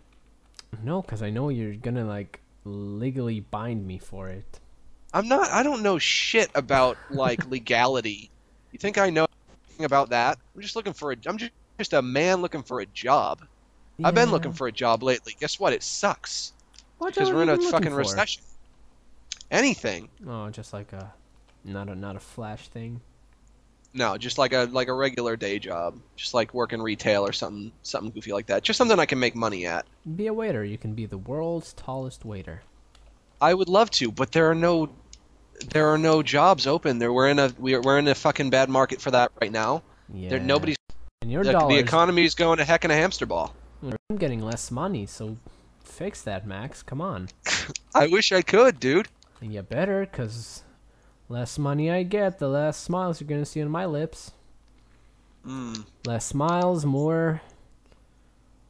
No, because I know you're gonna like legally bind me for it. I'm not. I don't know shit about *laughs* like legality. You think I know anything about that? I'm just looking for a. I'm just, just a man looking for a job. I've been looking for a job lately. Guess what? It sucks what because are we're in you a looking fucking for? recession. Anything? Oh, just like a not a not a flash thing. No, just like a like a regular day job, just like working retail or something something goofy like that. Just something I can make money at. Be a waiter. You can be the world's tallest waiter. I would love to, but there are no there are no jobs open. There we're in a we're, we're in a fucking bad market for that right now. Yeah. There nobody's And your the, dollars. the economy's going to heck in a hamster ball. I'm getting less money, so fix that, Max. Come on. I wish I could, dude. And you better, cause less money I get, the less smiles you're gonna see on my lips. Mm. less smiles, more,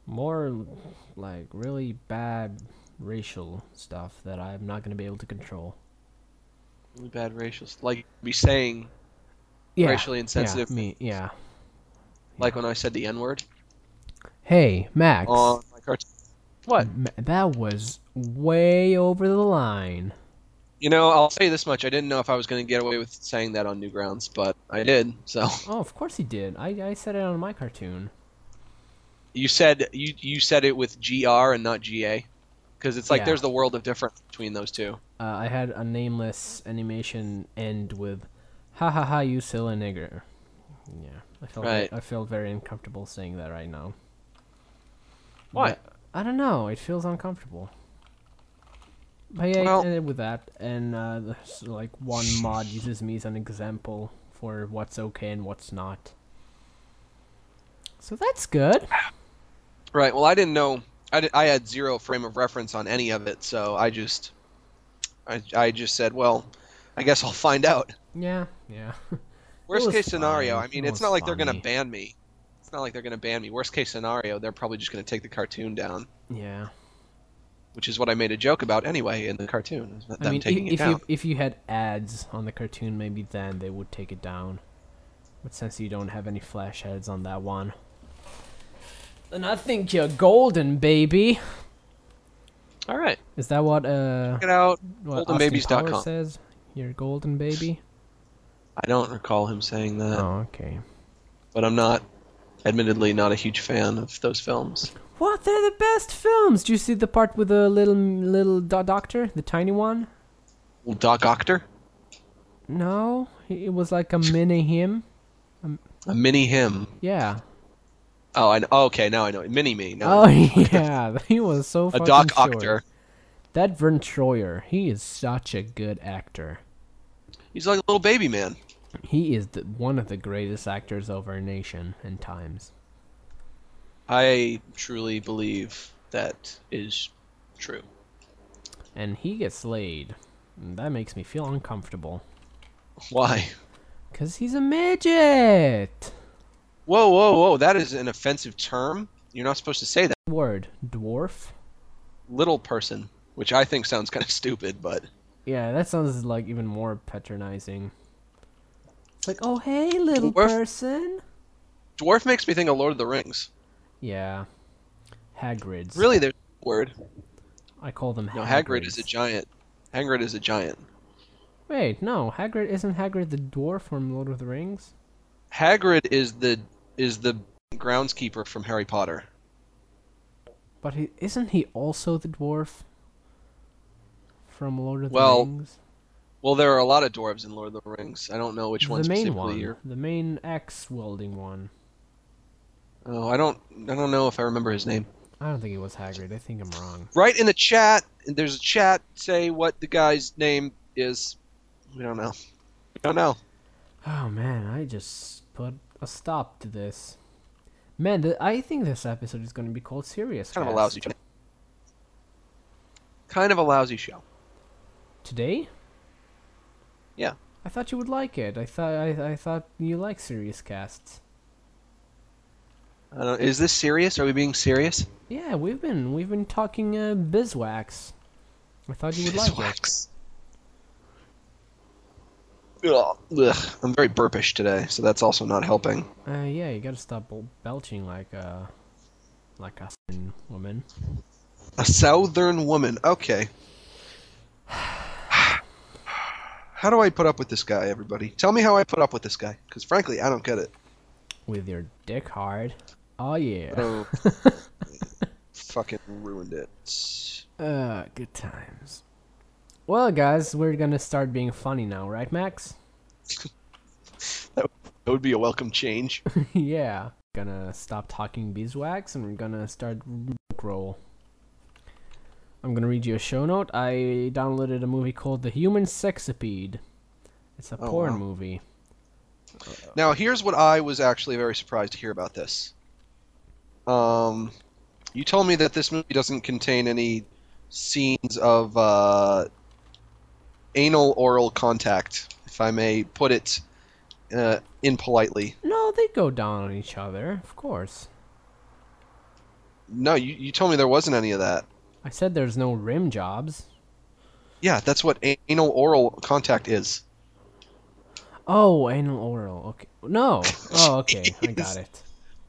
more like really bad racial stuff that I'm not gonna be able to control. Really bad racial, st- like be saying Yeah, racially insensitive. Yeah, me, yeah. Like when I said the n word Hey, Max. on my cartoon. Uh, What? Ma- that was way over the line. You know, I'll say this much: I didn't know if I was going to get away with saying that on Newgrounds, but I did. So Oh, of course he did. I, I said it on my cartoon. you said you you said it with gr and not ga, because it's like Yeah. there's the world of difference between those two. Uh, I had a nameless animation end with, "Ha ha ha, you silly nigger." Yeah, I felt Right. I feel very uncomfortable saying that right now. Why? But- I don't know. It feels uncomfortable. But yeah, Well- it ended with that, and uh, there's, like one mod uses me as an example for what's okay and what's not. So that's good. Right. Well, I didn't know. I, di- I had zero frame of reference on any of it, so I just, I, I just said, well, I guess I'll find out. Yeah, yeah. Worst was case scenario. fine. I mean, It it's not was like they're gonna funny. ban me. It's not like they're gonna ban me. Worst case scenario, they're probably just gonna take the cartoon down, yeah. which is what I made a joke about anyway in the cartoon. is Them I mean, i- taking if, it down. you if you had ads on the cartoon, maybe then they would take it down. But since you don't have any flash ads on that one, then I think you're golden, baby. All right. Is that what uh Check it out. what Austin goldenbabies.com. Powers says? You're golden, baby. Uh, I don't recall him saying that, Oh, okay. but I'm not, admittedly, not a huge fan of those films. What? They're the best films. Do you see the part with the little little do- doctor, the tiny one? Well, Doc Octor, No, it it was like a mini him. a mini him. *laughs* Yeah. Oh, I know. Oh, okay, now I know. Mini me. Now Oh *laughs* I know. yeah, he was so. a fucking Doc short. Octor. That Vern Troyer, he is such a good actor. He's like a little baby man. He is the, one of the greatest actors of our nation and times. I truly believe that is true. And he gets laid. And that makes me feel uncomfortable. Why? Because he's a midget! Whoa, whoa, whoa! That is an offensive term. You're not supposed to say that. Word, dwarf. little person, which I think sounds kind of stupid, but Yeah, that sounds like even more patronizing. It's like, oh hey, little Dwarf. person. dwarf makes me think of Lord of the Rings. Yeah, Hagrid's. Really, there's a word. I call them. Hagrids. No, Hagrid is a giant. Hagrid is a giant. Wait, no, Hagrid isn't Hagrid the dwarf from Lord of the Rings? Hagrid is the is the groundskeeper from Harry Potter. But he, isn't he also the dwarf from Lord of Well, the Rings? Well, there are a lot of dwarves in Lord of the Rings. I don't know which one the main specifically. one, you're- the main axe wielding one. Oh, I don't. I don't know if I remember his name. I don't think it was Hagrid. I think I'm wrong. Right in the chat. There's a chat. Say what the guy's name is. We don't know. We don't know. Oh man, I just put a stop to this. Man, th- I think this episode is going to be called Serious. Kind of a Cast. lousy. show. Kind of a lousy show. Today? Yeah. I thought you would like it. I thought I, I thought you like serious casts. I don't, is this serious? Are we being serious? Yeah, we've been we've been talking uh, biswax. I thought you would like it. Wax. Ugh, ugh, I'm very burpish today, so that's also not helping. Uh, yeah, you gotta stop bel- belching like a like a f***ing woman. A southern woman. Okay. *sighs* How do I put up with this guy, everybody? Tell me how I put up with this guy, because frankly, I don't get it. with your dick hard. Oh yeah. Oh, fucking ruined it. Uh, good times. Well, guys, we're gonna start being funny now, right, Max? *laughs* That would be a welcome change. yeah. Gonna stop talking beeswax and we're gonna start roll. I'm gonna read you a show note. I downloaded a movie called The Human Sexipede. It's a Oh, porn wow. movie. Now, here's what I was actually very surprised to hear about this. Um, you told me that this movie doesn't contain any scenes of uh, anal oral contact, if I may put it uh, impolitely. No, they go down on each other, of course. No, you, you told me there wasn't any of that. I said there's no rim jobs. Yeah, that's what anal oral contact is. Oh, anal oral. Okay. *laughs* No. Oh, okay. I got it.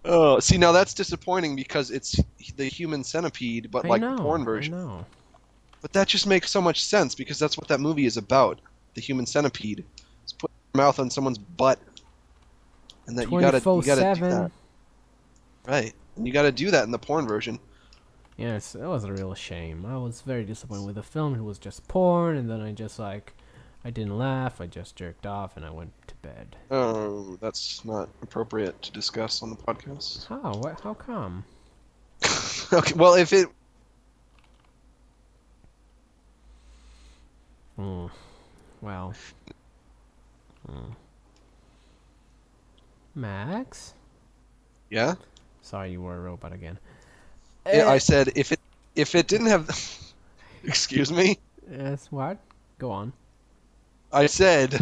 Oh, see, now that's disappointing because it's the human centipede, but I like know, the porn version. I know. But that just makes so much sense because that's what that movie is about. The human centipede. It's putting your mouth on someone's butt. And that you gotta, you gotta do 24/7. that. Right. And you gotta do that in the porn version. Yes, that was a real shame. I was very disappointed with the film. It was just porn, and then I just like, I didn't laugh. I just jerked off, and I went to bed. Oh, that's not appropriate to discuss on the podcast. *laughs* How? What? How come? okay, well, if it. Mm. Well. Mm. Max, Yeah? sorry you were a robot again. Yeah, I Eh, said if it if it didn't have. *laughs* Excuse me? Yes. What? Go on. I said,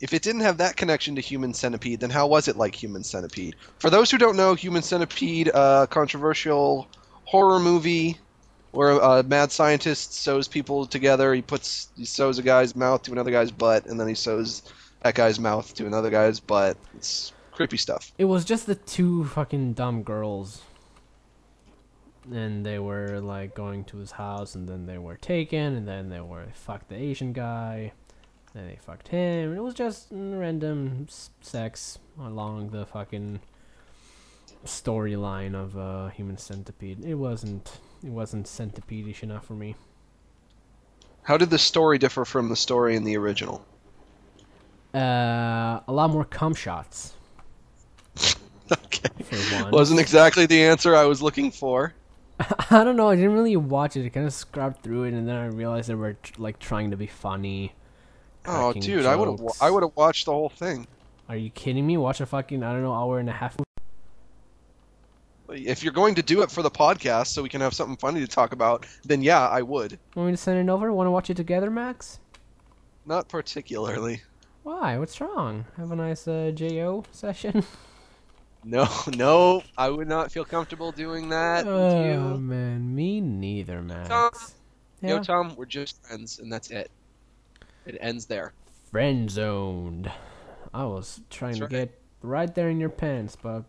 if it didn't have that connection to Human Centipede, then how was it like Human Centipede? For those who don't know, Human Centipede, uh, controversial horror movie where a mad scientist sews people together. He puts he sews a guy's mouth to another guy's butt, and then he sews that guy's mouth to another guy's butt. It's creepy stuff. It was just the two fucking dumb girls. And they were like going to his house, and then they were taken, and then they were fucked the Asian guy, then they fucked him. It was just mm, random s- sex along the fucking storyline of uh, Human Centipede. It wasn't it wasn't centipede-ish enough for me. How did the story differ from the story in the original? *laughs* Uh, a lot more cum shots okay, for one. wasn't exactly the answer I was looking for. *laughs* I don't know. I didn't really watch it. I kind of scrubbed through it, and then I realized they were tr- like trying to be funny. Oh, cracking dude, I would have jokes. I would have watched the whole thing. Are you kidding me? Watch a fucking I don't know hour and a half. if you're going to do it for the podcast so we can have something funny to talk about, then yeah, I would. Want me to send it over? Want to watch it together, Max? Not particularly. Why? What's wrong? Have a nice uh, Jo session. No, *laughs* no, I would not feel comfortable doing *laughs* that with Oh you. man, me neither, Max. Tom. Yeah. Yo, Tom, we're just friends, and that's it. It ends there. Friend zoned. I was trying That's to right. get right there in your pants, but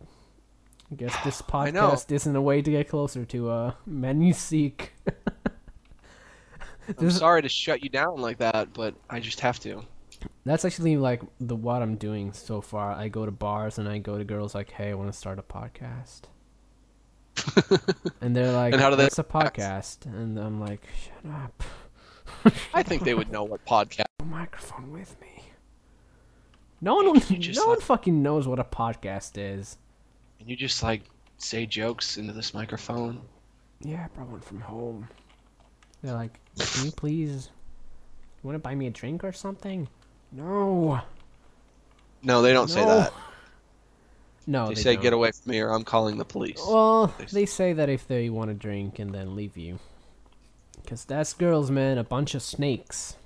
I guess this I know. podcast isn't a way to get closer to uh men you seek. I'm There's- sorry to shut you down like that, but I just have to. *laughs* That's actually like the what I'm doing so far. I go to bars and I go to girls like, "Hey, I want to start a podcast," and they're like, And how do they "What's a react? podcast?" And I'm like, "Shut up, I think they would know what podcast. microphone with me." No one, *laughs* would- You just no one like- fucking knows what a podcast is. And you just like say jokes into this microphone. Yeah, I brought one from home. They're like, can you please, you want to buy me a drink or something? No. No, they don't say No. that. No, they, they, say don't. get away from me or I'm calling the police. Well, They s- they say that if they want to drink and then leave you. Because that's girls, man, a bunch of snakes.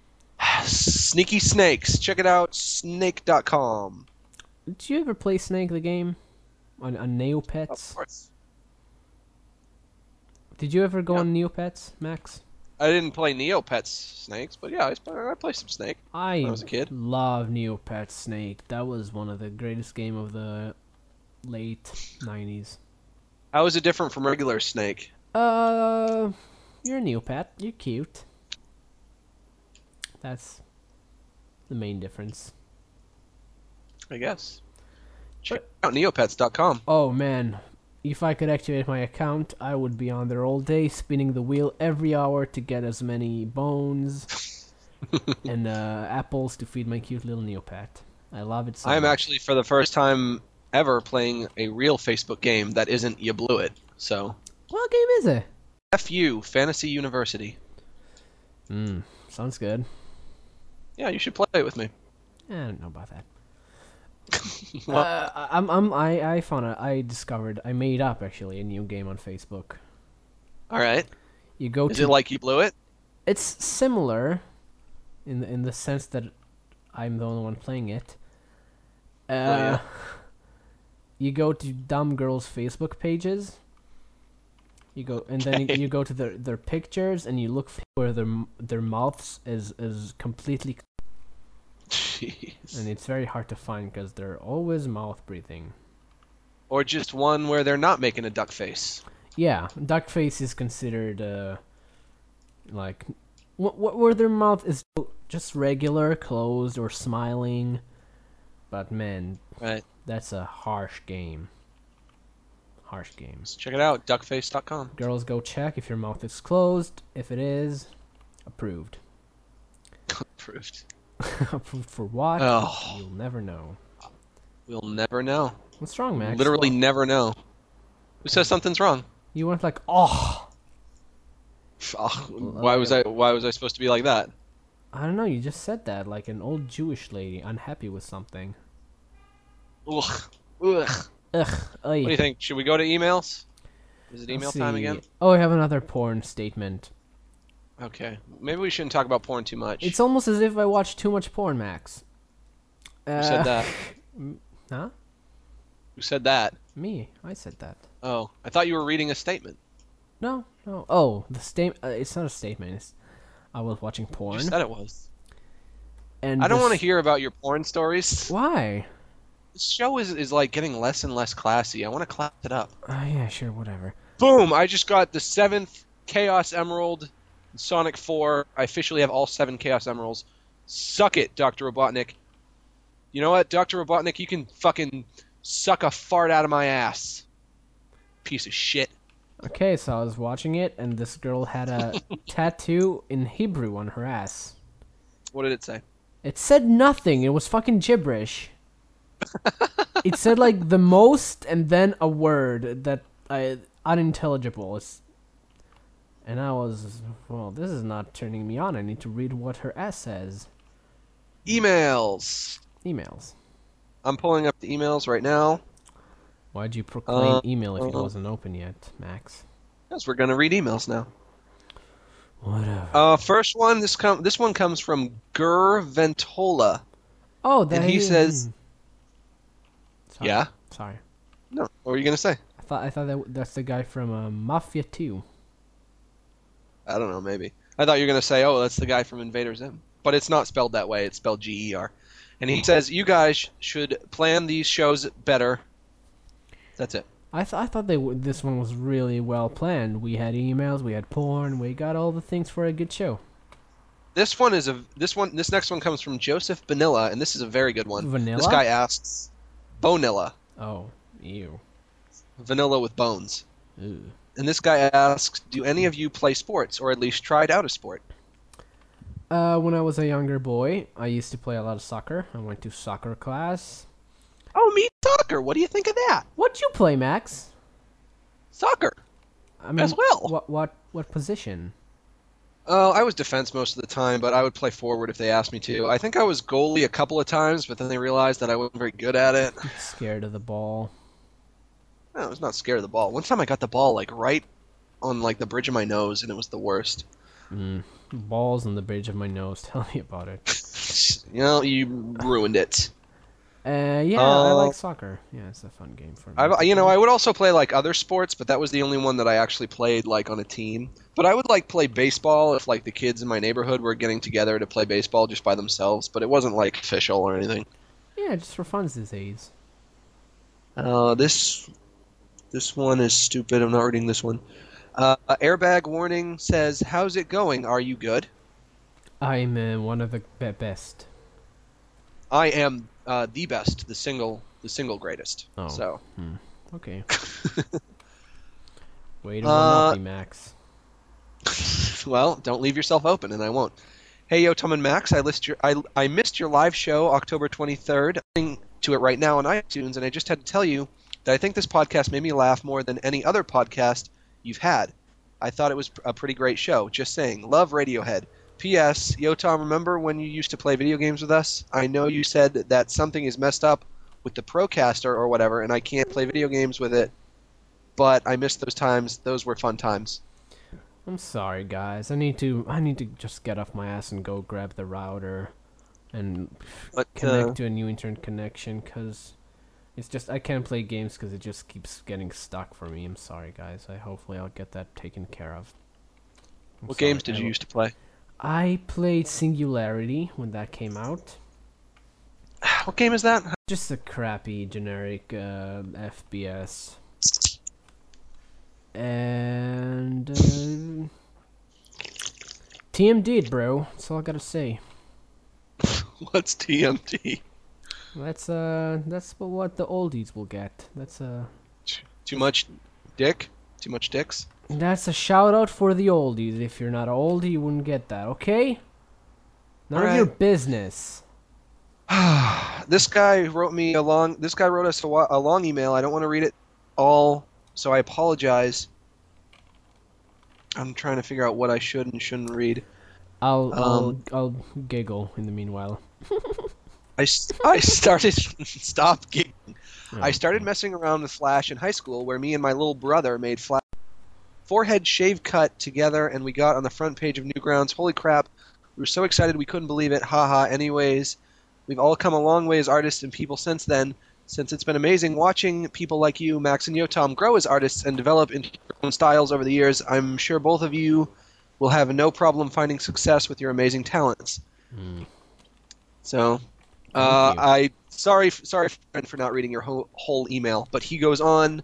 *sighs* Sneaky Snakes. Check it out, snake.com. Did you ever play Snake the game? On, on Of Neopets? course. Did you ever go Yeah. on Neopets, Max? I didn't play Neopets Snakes, but yeah, I, sp- I played some Snake. I, was a kid. love Neopets Snake. That was one of the greatest game of the late 90s. How is it different from regular Snake? Uh, you're a Neopet. You're cute. That's the main difference. I guess. Check out neopets.com. Oh man, if I could activate my account, I would be on there all day, spinning the wheel every hour to get as many bones *laughs* and uh, apples to feed my cute little Neopet. I love it so I am much. actually for the first time ever playing a real Facebook game that isn't You Blew It. So, What game is it? F you, Fantasy University. Mm, sounds good. Yeah, you should play it with me. I don't know about that. *laughs* Well- Uh, I- I'm, I'm, I, I found a, I discovered, I made up actually a new game on Facebook. All right. You go Is to it like You Blew It? *laughs* it's similar in the, in the sense that I'm the only one playing it. Uh, Oh, yeah. You go to dumb girls' Facebook pages. You go and then you, Okay. you go to their, their pictures and you look for where their m- their mouths is is completely c- Jeez. and it's very hard to find because they're always mouth breathing. Or just one where they're not making a duck face. Yeah, duck face is considered uh, like what what where their mouth is just regular closed or smiling, but man, Right. that's a harsh game. Harsh game. So check it out, duckface.com. Girls, go check if your mouth is closed. If it is, approved. *laughs* *laughs* Approved. approved for what? Oh, You'll never know. we'll never know. What's wrong, Max? Hmm. Literally Well, never know. Who says something's wrong? you went like, oh, Ugh, Well, why was I why was I supposed to be like that? I don't know. You just said that like an old Jewish lady unhappy with something. Ugh. Ugh. Ugh. Oy. What do you think? Should we go to emails? Is it email Let's time see. again? Oh, I have another porn statement. Okay. Maybe we shouldn't talk about porn too much. It's almost as if I watch too much porn, Max. Uh, Who said that? *laughs* Huh? Who said that? Me? I said that. Oh, I thought you were reading a statement. No, no. Oh, the statement. Uh, it's not a statement. It's, I was watching porn. You said it was. and I don't this- want to hear about your porn stories. Why? This show is, is like getting less and less classy. I want to class it up. Oh, yeah, sure, whatever. Boom! I just got the seventh Chaos Emerald, Sonic 4. I officially have all seven Chaos Emeralds. Suck it, Dr. Robotnik. You know what, Dr. Robotnik? You can fucking suck a fart out of my ass. Piece of shit. Okay, so I was watching it, and this girl had *laughs* a tattoo in Hebrew on her ass. What did it say? It said nothing. It was fucking *laughs* gibberish. it said like the most and then a word that I unintelligible. It's, and I was well, this is not turning me on. I need to read what her ass says. Emails. Emails. I'm pulling up the emails right now Why'd you proclaim Uh, email if it uh-uh. wasn't open yet, Max? because we're gonna read emails now. Whatever. Uh, first one. This com- this one comes from Gur Ventola. Oh, that and he is- says- Sorry. Yeah? Sorry. What were you gonna say? I thought I thought that that's the guy from uh, Mafia Two. I don't know. Maybe I thought you were gonna say, "Oh, that's the guy from Invader Zim," but it's not spelled that way. It's spelled G E R. And Hmm. he says, "You guys should plan these shows better." That's it. I th- I thought they w- this one was really well planned. We had emails, we had porn, we got all the things for a good show. This one is a this one. This next one comes from Joseph Vanilla, and this is a very good one. This Vanilla? guy asks, "Bonilla, Oh, ew. vanilla with bones." Ew. And this guy asks, "Do any of you play sports, or at least tried out a sport?" Uh, when I was a younger boy, I used to play a lot of soccer. I went to soccer class. Oh, me soccer. What do you think of that? What'd you play, Max? Soccer. I mean, As well. What what what position? Uh, I was defense most of the time, but I would play forward if they asked me to. I think I was goalie a couple of times, but then they realized that I wasn't very good at it. Scared of the ball. I was not scared of the ball. One time I got the ball like right on like the bridge of my nose, and it was the worst. *laughs* Mm, Balls on the bridge of my nose. *laughs* Tell me about it. You know, you ruined it. Uh, yeah, I Oh. like soccer. Yeah, it's a fun game for me. I, you know, I would also play like other sports, but that was the only one that I actually played like on a team. But I would like play baseball if like the kids in my neighborhood were getting together to play baseball just by themselves. But it wasn't like official or anything. yeah, just for fun's disease. Uh, this this one is stupid. I'm not reading this one. Uh, airbag warning says, "How's it going? Are you good?" I'm uh, one of the be- best. I am uh, the best, the single, the single greatest. Oh. So *laughs* Okay. Way to Uh, one up, Max. well, don't leave yourself open, and I won't. Hey, yo, Tom and Max, I list your I, I missed your live show October 23rd. I'm listening to it right now on iTunes, and I just had to tell you that I think this podcast made me laugh more than any other podcast you've had. I thought it was a pretty great show. Just saying, love Radiohead. P.S. Yo, Tom, remember when you used to play video games with us? I know you said that something is messed up with the Procaster or whatever, and I can't play video games with it. But I miss those times. Those were fun times. I'm sorry, guys. I need to. I need to just get off my ass and go grab the router, and But, connect uh, to a new internet connection because it's just I can't play games because it just keeps getting stuck for me. I'm sorry, guys. I hopefully I'll get that taken care of. I'm What sorry, games did I- you used to play? *sighs* I played Singularity when that came out. What game is that? *laughs* Just a crappy generic uh, FPS. And uh, TMD'd, bro. That's all I gotta say. What's TMT? That's uh, that's wh- what the oldies will get. That's uh, Too much dick? Too much dicks? *sighs* that's a shout out for the oldies. If you're not an oldie, you wouldn't get that. Okay? None of your Alright. business. This guy wrote me a long. This guy wrote us a, wa- a long email. I don't want to read it all, so I apologize. I'm trying to figure out what I should and shouldn't read. I'll Um, I'll, I'll giggle in the meanwhile. I, s- I started *laughs* stop giggling. I Oh. started messing around with Flash in high school, where me and my little brother made Flash forehead shave cut together, and we got on the front page of Newgrounds. Holy crap! We were so excited we couldn't believe it. Haha. Anyways, we've all come a long way as artists and people since then. Since it's been amazing watching people like you, Max and Yotam, grow as artists and develop into your own styles over the years. I'm sure both of you will have no problem finding success with your amazing talents. So, uh, Thank you. I sorry sorry friend for not reading your whole, whole email, but he goes on.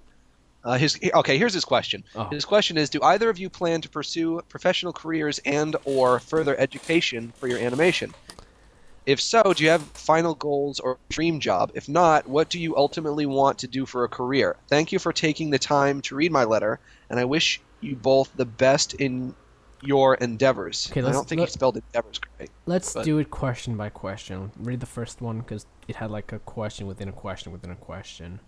Uh, his okay. Here's his question. Oh. His question is: Do either of you plan to pursue professional careers and or further education for your animation? If so, do you have final goals or dream job? If not, what do you ultimately want to do for a career? Thank you for taking the time to read my letter, and I wish you both the best in your endeavors. Okay, I let's- don't think let- he spelled endeavors correctly. Let's But- do it question by question. Read the first one because it had like a question within a question within a question.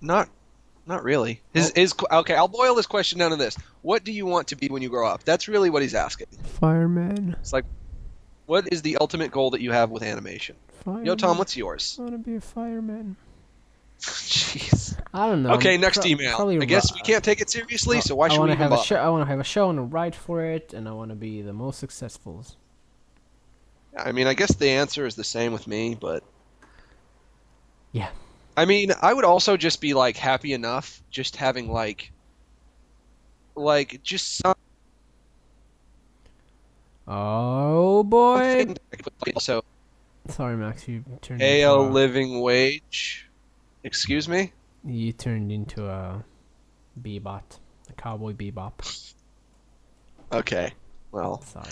Not, not really. His is okay. I'll boil this question down to this: What do you want to be when you grow up? That's really what he's asking. Fireman. It's like, what is the ultimate goal that you have with animation? Fireman. Yo, Tom, *laughs* what's yours? I want to be a fireman. Jeez. I don't know. Okay, I'm next pro- email. probably I guess ri- we can't take it seriously, so why I should wanna we even have a bother? show. I want to have a show and write for it, and I want to be the most successful. I mean, I guess the answer is the same with me, but Yeah. I mean, I would also just be like happy enough just having like, like just some. Oh *laughs* boy. So Sorry, Max. You turned. pay into a- a living wage. Excuse me. You turned into a bebop, a cowboy bebop. Okay. Well, Sorry.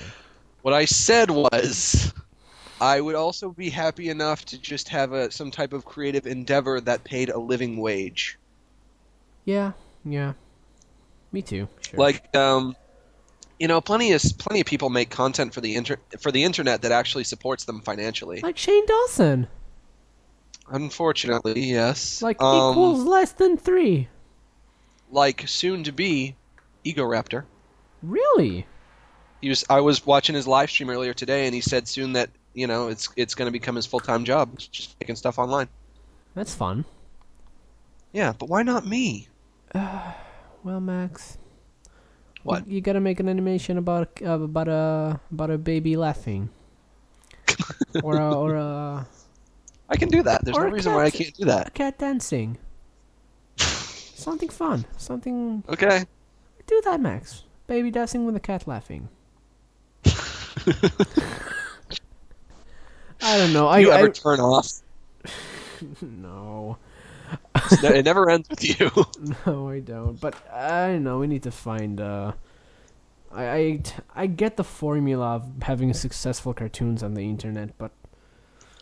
what I said was, I would also be happy enough to just have a some type of creative endeavor that paid a living wage. Yeah, yeah. Me too. Sure. Like, um, you know, plenty of plenty of people make content for the inter- for the internet that actually supports them financially. like Shane Dawson. Unfortunately, yes. Like Um, equals less than three. like soon to be Egoraptor. Really? He was I was watching his live stream earlier today and he said soon that, you know, it's it's going to become his full-time job, It's just making stuff online. That's fun. Yeah, but why not me? Well, Max. What? You, you gotta make an animation about a- uh, about a about a baby *laughs* laughing. or a, or a, I can do that. There's Or no a reason why I cat. can't do a that. cat *laughs* dancing. Something fun. Something. Okay. Do that, Max. Baby dancing with a cat *laughs* laughing. I don't know. I, you I ever turn off? *laughs* *laughs* no. It's ne- it never ends with you. *laughs* No, I don't. But I don't know. We need to find. Uh, I, I I get the formula of having successful cartoons on the internet, but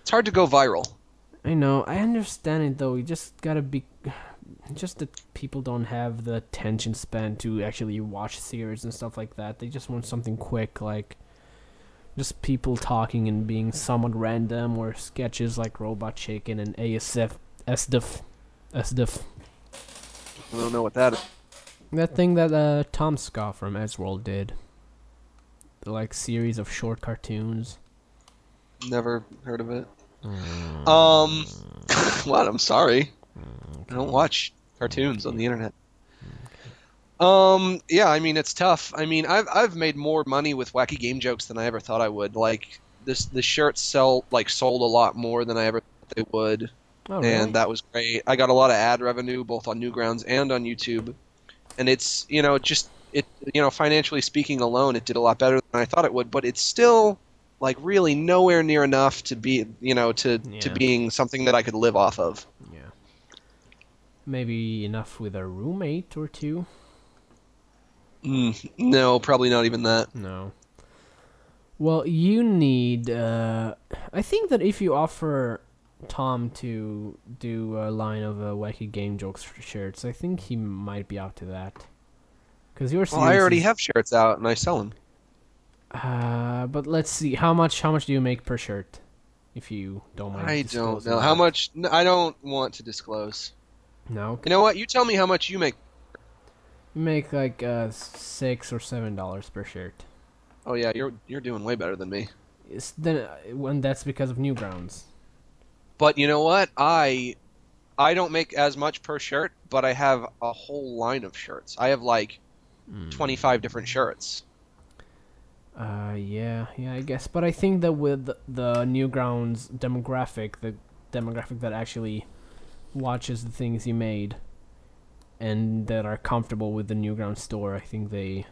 It's hard to go viral. I know I understand it though. You just gotta be, just that people don't have the attention span to actually watch series and stuff like that. They just want something quick, like just people talking and being somewhat random, or sketches like Robot Chicken and ASF SDF SDF. I don't know what that is. That thing that uh, Tom Scott from Edgeworld did. The, like series of short cartoons. Never heard of it. Um *laughs* what? I'm sorry. I don't watch cartoons on the internet. Um yeah, I mean it's tough. I mean I've I've made more money with wacky game jokes than I ever thought I would. Like this the shirts sell like sold a lot more than I ever thought they would. Oh, really? and that was great. I got a lot of ad revenue both on Newgrounds and on YouTube, and it's you know just it you know financially speaking alone, it did a lot better than I thought it would. But it's still like really nowhere near enough to be you know to to Yeah. being something that I could live off of. yeah. Maybe enough with a roommate or two. Mm, no, probably not even that. No. Well, you need. Uh, I think that if you offer Tom to do a line of uh, wacky game jokes for shirts, I think he might be up to that. Because your Well, I series already is- have shirts out and I sell them. Uh, but let's see how much how much do you make per shirt, if you don't mind. I don't disclosing know how that? much. n- I don't want to disclose. No, You know what? You tell me how much you make. you make like uh six or seven dollars per shirt. Oh yeah, you're you're doing way better than me. It's then uh, when that's because of Newgrounds. But you know what? I I don't make as much per shirt, but I have a whole line of shirts. I have like Hmm. Hmm. 25 different shirts. *laughs* Uh, yeah, yeah, I guess. But I think that with the, the Newgrounds demographic, the demographic that actually watches the things you made, and that are comfortable with the Newgrounds store, I think they,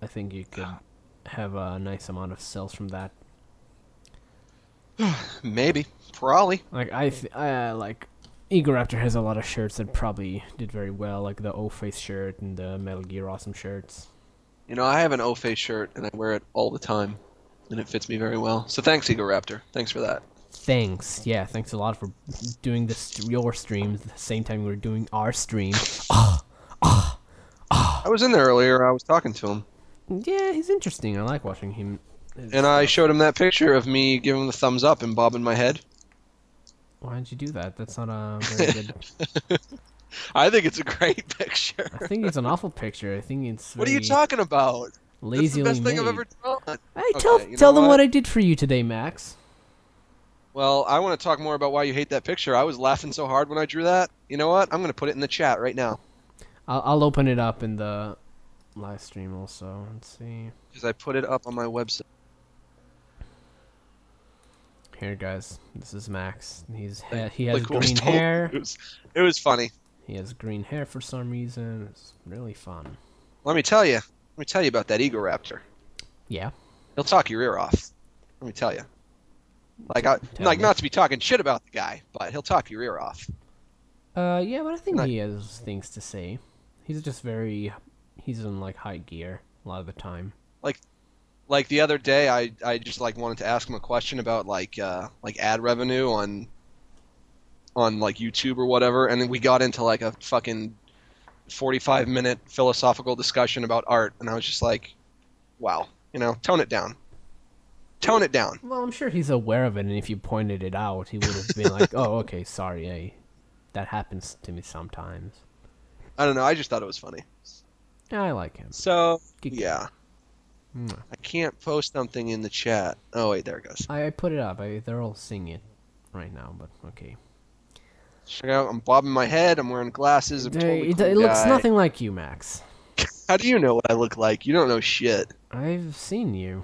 I think you could have a nice amount of sales from that. Maybe, probably. Like I, th- I uh, like Egoraptor has a lot of shirts that probably did very well, like the O Face shirt and the Metal Gear Awesome shirts. You know, I have an O-face shirt and I wear it all the time and it fits me very well. So thanks Egoraptor. Thanks for that. Thanks, yeah, thanks a lot for doing this your streams at the same time we were doing our stream. I was in there earlier. I was talking to him Yeah, he's interesting. I like watching him. and I showed him that picture of me giving him the thumbs up and bobbing my head. Why did you do that? That's not a very good. I think it's a great *laughs* I picture. think *laughs* it's an awful picture. I think it's. What are you very talking about? That's the Lazily best thing I've made. ever drawn. Hey, Okay, tell you know tell them what? what? I did for you today, Max. Well, I want to talk more about why you hate that picture. I was laughing so hard when I drew that. You know what? I'm going to put it in the chat right now I'll I'll open it up in the live stream also and see. because I put it up on my website. Here, guys. This is Max. He's he, Like- he has like what was green told- hair. It was, it was funny. He has green hair for some reason. It's really fun. Let me tell you. Let me tell you about that Eagle Raptor. Yeah. He'll talk your ear off. Let me tell you. Like, I, Tell like me. not to be talking shit about the guy, but he'll talk your ear off. Uh, yeah, but I think Like- he has things to say. He's just very, he's in like high gear a lot of the time. Like the other day, I, I just like wanted to ask him a question about like uh, like ad revenue on on like YouTube or whatever, and then we got into like a fucking forty five minute philosophical discussion about art, and I was just like, wow, you know, tone it down, tone it down. Well, I'm sure he's aware of it, and if you pointed it out, he would have been like, "Oh, okay, sorry, I, that happens to me sometimes." I don't know. I just thought it was funny. Yeah, I like him. So Geek- yeah, Mwah. I can't post something in the chat. Oh wait, there it goes. I, I put it up. I, they're all singing it right now, but okay. Check out, I'm bobbing my head. I'm wearing glasses. I'm totally it cool it looks guy. nothing like you, Max. How do you know what I look like? You don't know shit. I've seen you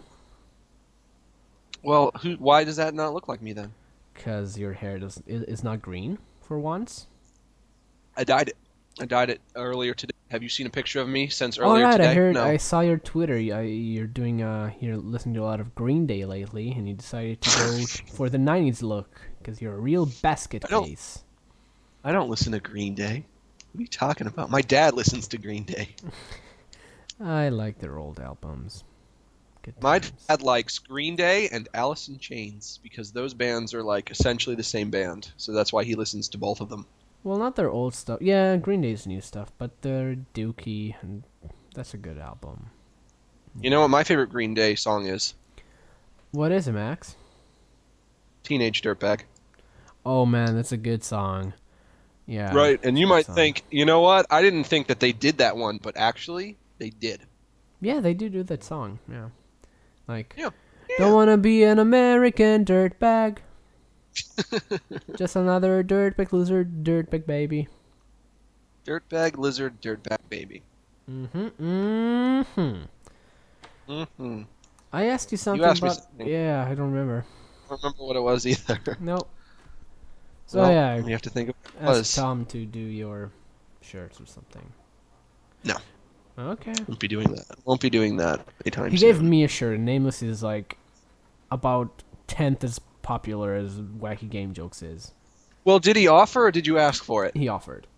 Well, who, why does that not look like me then? because your hair doesn't. It, it's not green for once. I dyed it. I dyed it earlier today. Have you seen a picture of me since All earlier right, today? Oh, I heard. no. I saw your Twitter. You- I, you're doing. Uh, you're listening to a lot of Green Day lately, and you decided to *laughs* go for the '90s look because you're a real basket I don't- case. I don't listen to Green Day. What are you talking about? My dad listens to Green Day. I like their old albums. Good My times. dad likes Green Day and Alice in Chains because those bands are like essentially the same band. So that's why he listens to both of them. Well, not their old stuff. Yeah, Green Day's new stuff, but their Dookie, and that's a good album. You know what my favorite Green Day song is? What is it, Max? Teenage Dirtbag. Oh man, that's a good song. Yeah. Right, and you good might song. think, you know what? I didn't think that they did that one, but actually, they did. Yeah, they do do that song. Yeah. Like. Yeah. Don't wanna be an American dirtbag. Just another dirtbag loser, dirtbag baby. *laughs* Dirtbag lizard, dirtbag baby. Mhm. Mhm. Mm-hmm. I asked you something. asked me about- something. Yeah, I don't remember. I don't remember what it was either. Nope. So Well, yeah, You have to think of what it ask was. Tom to do your shirts or something. No. Okay. Won't be doing that. Won't be doing that anytime He soon. gave me a shirt. and Nameless is like about tenth as popular as Wacky Game Jokes is. Well, did he offer or did you ask for it? He offered.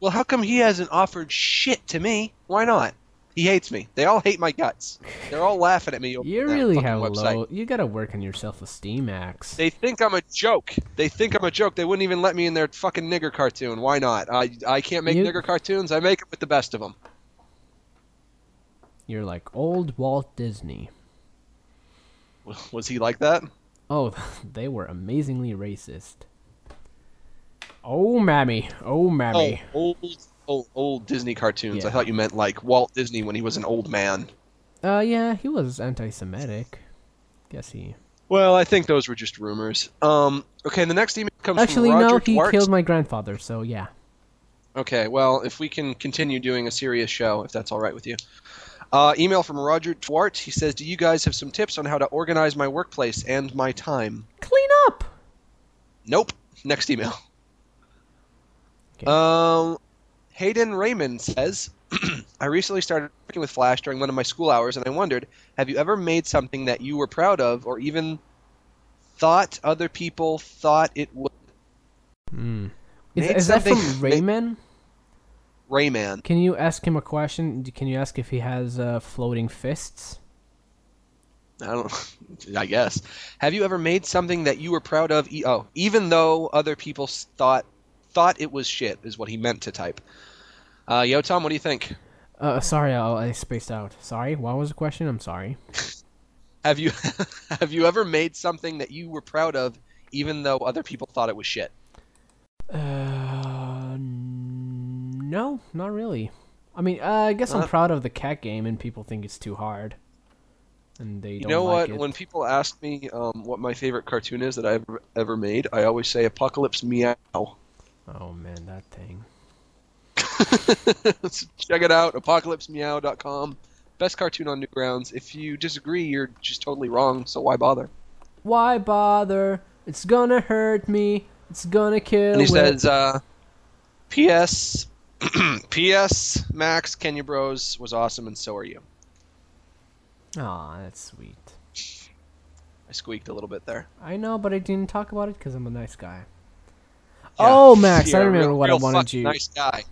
Well, how come he hasn't offered shit to me? Why not? He hates me. They all hate my guts. They're all laughing at me. over You that really fucking have website. low. You gotta work on your self-esteem, Max. They think I'm a joke. They think I'm a joke. They wouldn't even let me in their fucking nigger cartoon. Why not? I I can't make You- nigger cartoons. I make it with the best of them. You're like old Walt Disney. *laughs* Was he like that? Oh, *laughs* they were amazingly racist. Oh, mammy. Oh, mammy. Oh, old, old, old Disney cartoons. I Yeah. thought you meant like Walt Disney when he was an old man. Oh. Uh, yeah, he was anti-Semitic. Guess he. Well, I think those were just rumors. Um, okay, the next email comes Actually, from Roger no, he Dwarks. killed my grandfather. So yeah. Okay, well, if we can continue doing a serious show, if that's all right with you. Uh, email from Roger Dwart. He says, "Do you guys have some tips on how to organize my workplace and my time?" Clean up. Nope. Next email. Okay. Um, Hayden Raymond says, *clears throat* I recently started working with Flash during one of my school hours, and I wondered, have you ever made something that you were proud of, or even thought other people thought it was Mm. Is, Made is that from *laughs* something- made- Rayman? Rayman? Can you ask him a question? D- Can you ask if he has uh, floating fists? I don't. *laughs* I guess. Have you ever made something that you were proud of? E- oh, even though other people s- thought thought it was shit, is what he meant to type. Uh, yo, Tom, what do you think? Uh, sorry, I, I spaced out. Sorry, what was the question? I'm sorry. Have you *laughs* have you ever made something that you were proud of, even though other people thought it was shit? Uh, n- no, not really. I mean, uh, I guess I'm Uh, proud of the cat game, and people think it's too hard, and they You don't know like what? it. When people ask me um, what my favorite cartoon is that I've ever made, I always say Apocalypse Meow. Oh man, that thing. *laughs* Check it out, apocalypsemeow.com. Best cartoon on Newgrounds. If you disagree, you're just totally wrong. So why bother? Why bother? It's gonna hurt me. It's gonna kill. And he it." says, uh, "P.S. *clears throat* P.S. Max, Kenya Bros was awesome, and so are you." "Aw, that's sweet." I squeaked a little bit there. I know, but I didn't talk about it because I'm a nice guy. Yeah. Oh, Max, I You're a remember real- what I real wanted fucking you. Nice guy.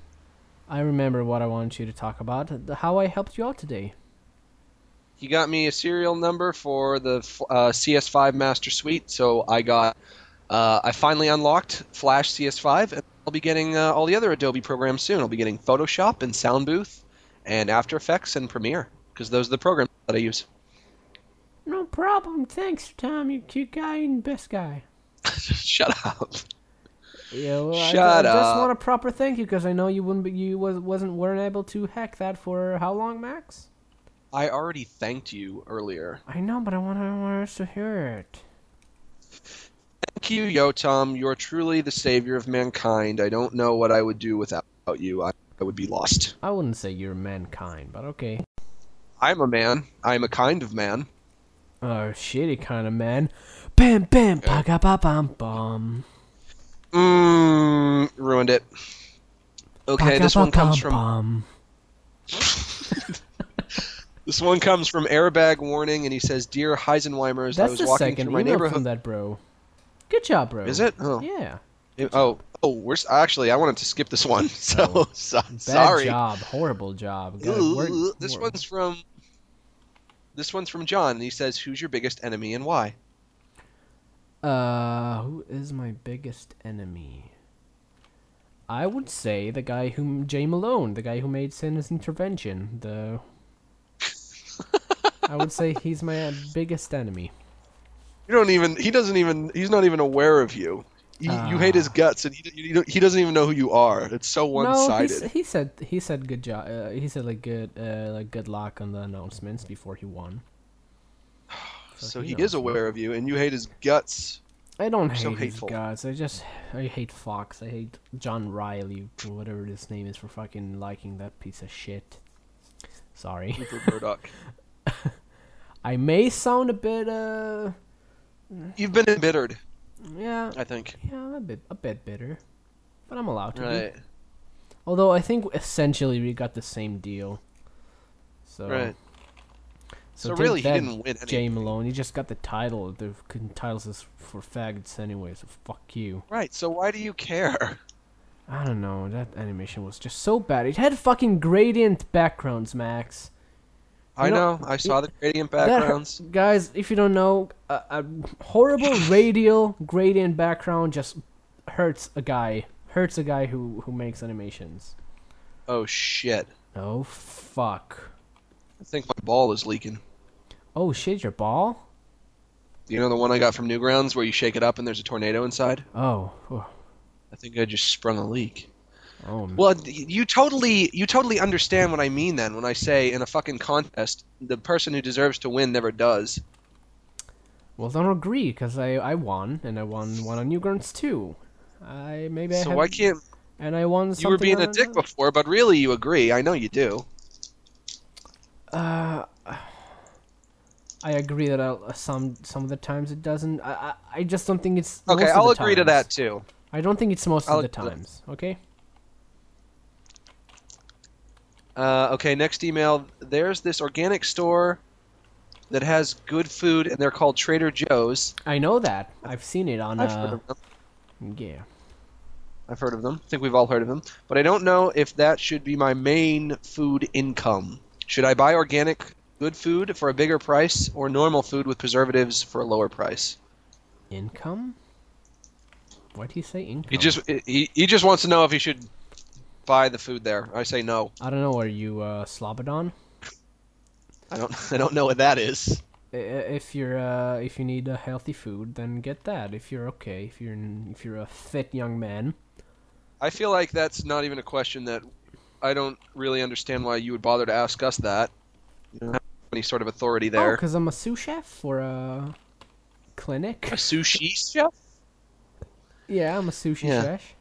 I remember what I wanted you to talk about. th- How I helped you out today. He got me a serial number for the f- uh, CS5 Master Suite, so I got. Uh, I finally unlocked Flash CS5, and I'll be getting uh, all the other Adobe programs soon. I'll be getting Photoshop and Sound Booth, and After Effects and Premiere, because those are the programs that I use. *laughs* No problem. Thanks, Tom. You cute guy and best guy. Shut up. Yeah, well, I- Shut I, just up. want a proper thank you because I know you wouldn't. Be, you was wasn't weren't able to hack that for how long, Max? I already thanked you earlier. I know, but I want everyone else to hear it. Thank you, Yotam. You're truly the savior of mankind. I don't know what I would do without you. I, I would be lost. I wouldn't say you're mankind, but okay. I'm a man. I'm a kind of man. Oh, shitty kind of man. Bam, bam, paga, ba, bam, bum. Mmm, ruined it. Okay, Paga, this ba, one comes bum, bum. from this one comes from Airbag Warning, and he says, "Dear Heisenweimers, I That's was the walking second through my email from neighborhood. that bro. Good job, bro. Is it? Oh, Yeah. it- oh, oh. We're s- actually. I wanted to skip this one, *laughs* so, so- Oh. Bad sorry. job. Horrible job. Gotta work- Ooh, this work- one's from this one's from John, and he says, "Who's your biggest enemy and why?" Uh, who is my biggest enemy? I would say the guy who Jay Malone, the guy who made Sinner's Intervention. *laughs* The I would say he's my uh, biggest enemy. You don't even. He doesn't even. He's not even aware of you. You, you hate his guts, and he, you, don't- he doesn't even know who you are. It's so Ah. no, he one-sided. s- he said he said good job. Uh, he said like good uh, like good luck on the announcements before he won. so he he, knows is aware of you, and you hate his guts. I don't hate So his hateful. guts. I just I hate Fox. I hate John Riley or whatever his name is for fucking liking that piece of shit. Sorry. Rupert Murdoch. I may sound a bit uh You've been embittered, yeah I think. yeah I'm a bit a bit bitter, but I'm allowed to be. Right. Although I think essentially we got the same deal. So Right. So take really, he that, didn't win anything. Jay Malone, he just got the title. The fucking titles is for faggots anyway. So fuck you. Right. So why do you care? I don't know. That animation was just so bad. It had fucking gradient backgrounds, Max. I You know, know, I saw the gradient That hurt- backgrounds. guys, if you don't know, a, a *laughs* horrible radial gradient background just hurts a guy. Hurts a guy who who makes animations. Oh shit! Oh fuck. I think my ball is leaking. Oh shit, your ball. You know the one I got from Newgrounds, where you shake it up and there's a tornado inside. Oh. oh, I think I just sprung a leak. Oh. Well, d- you totally you totally understand what I mean then when I say in a fucking contest the person who deserves to win never does. Well, don't agree because I I won and I won one on Newgrounds too. I maybe I so had, why can't and I won. you were something being on a dick another- before, but really you agree. I know you do. Uh, I agree that I'll, some some of the times it doesn't. I I, I just don't think it's. Okay, most of I'll the agree to times. that too. I don't think it's most I'll of the agree to that. times. Okay. Uh, okay, next email. There's this organic store that has good food, and they're called Trader Joe's. I know that. I've seen it on. I've heard Uh, of them. yeah. I've heard of them. I think we've all heard of them. But I don't know if that should be my main food income. Should I buy organic good food for a bigger price, or normal food with preservatives for a lower price? Income. Why do you say income? He just he, he just wants to know if he should buy the food there. I say no. I don't know. Are you uh, Slobodon? I don't *laughs* I don't know what that is. I- i- If you're uh, if you need a healthy food, then get that. If you're okay, if you're n- if you're a fit young man, I feel like that's not even a question that I don't really understand why you would bother to ask us that. You don't have any sort of authority Oh, there. because I'm a sous chef or a clinic. *laughs* a sushi chef? Yeah, I'm a sushi Yeah. chef.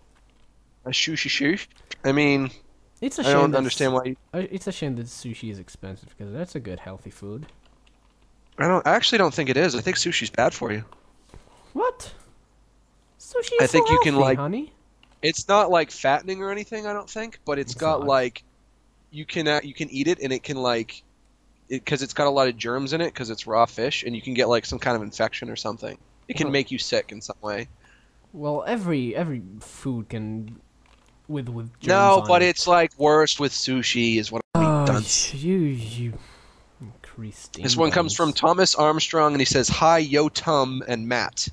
A sushi chef? I mean, It's a I shame. don't that understand why. You, Uh, It's a shame that sushi is expensive because that's a good healthy food. I don't. I actually don't think it is. I think sushi's bad for you. What? So she's I think so you can, healthy, like- honey. It's not like fattening or anything, I don't think, but it's It's got not. like you can uh, you can eat it and it can like because it, has got a lot of germs in it because it's raw fish and you can get like some kind of infection or something. It can Huh. make you sick in some way. Well, every every food can with with germs no, on but it. it's like worse with sushi is what Oh, I'm done. you you increased. This one comes from inbounds. Thomas Armstrong, and he says, "Hi, Yo Tum and *laughs* Matt.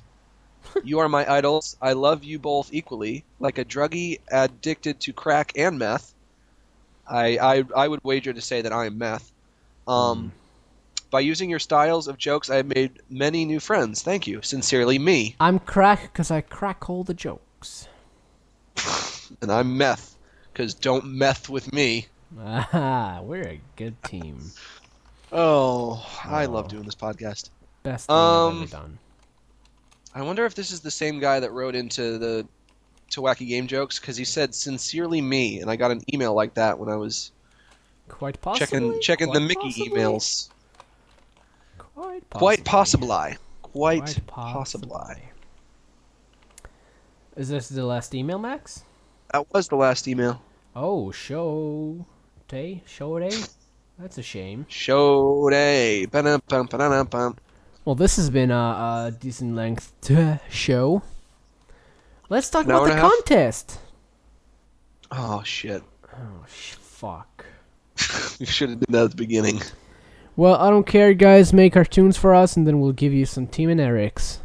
you are my idols. I love you both equally, like a druggie addicted to crack and meth. I I, I would wager to say that I am meth. Um, Hmm. By using your styles of jokes, I have made many new friends. Thank you, sincerely, me, *laughs* I'm crack because I crack all the jokes. *laughs* and I'm meth, because don't meth with me." Ah, we're a good team. Oh, I Oh. love doing this podcast. Best thing I've Um, ever done. I wonder if this is the same guy that wrote into the to wacky game jokes because he said sincerely me, and I got an email like that when I was Quite possibly. checking checking the quite Mickey possibly, emails. Quite possibly. Quite possibly, quite, Quite possibly. possibly. Is this the last email, Max? That was the last email. Oh, show day, show day. That's a shame. Show day. Ba-dum-bum, ba-dum-bum. Well, this has been a, a decent length to show. Let's talk An about hour the and a half? contest. Oh shit! *laughs* Oh sh- fuck. We should have done that at the beginning. Well, I don't care, guys. Make cartoons for us, and then we'll give you some Team and Eric's.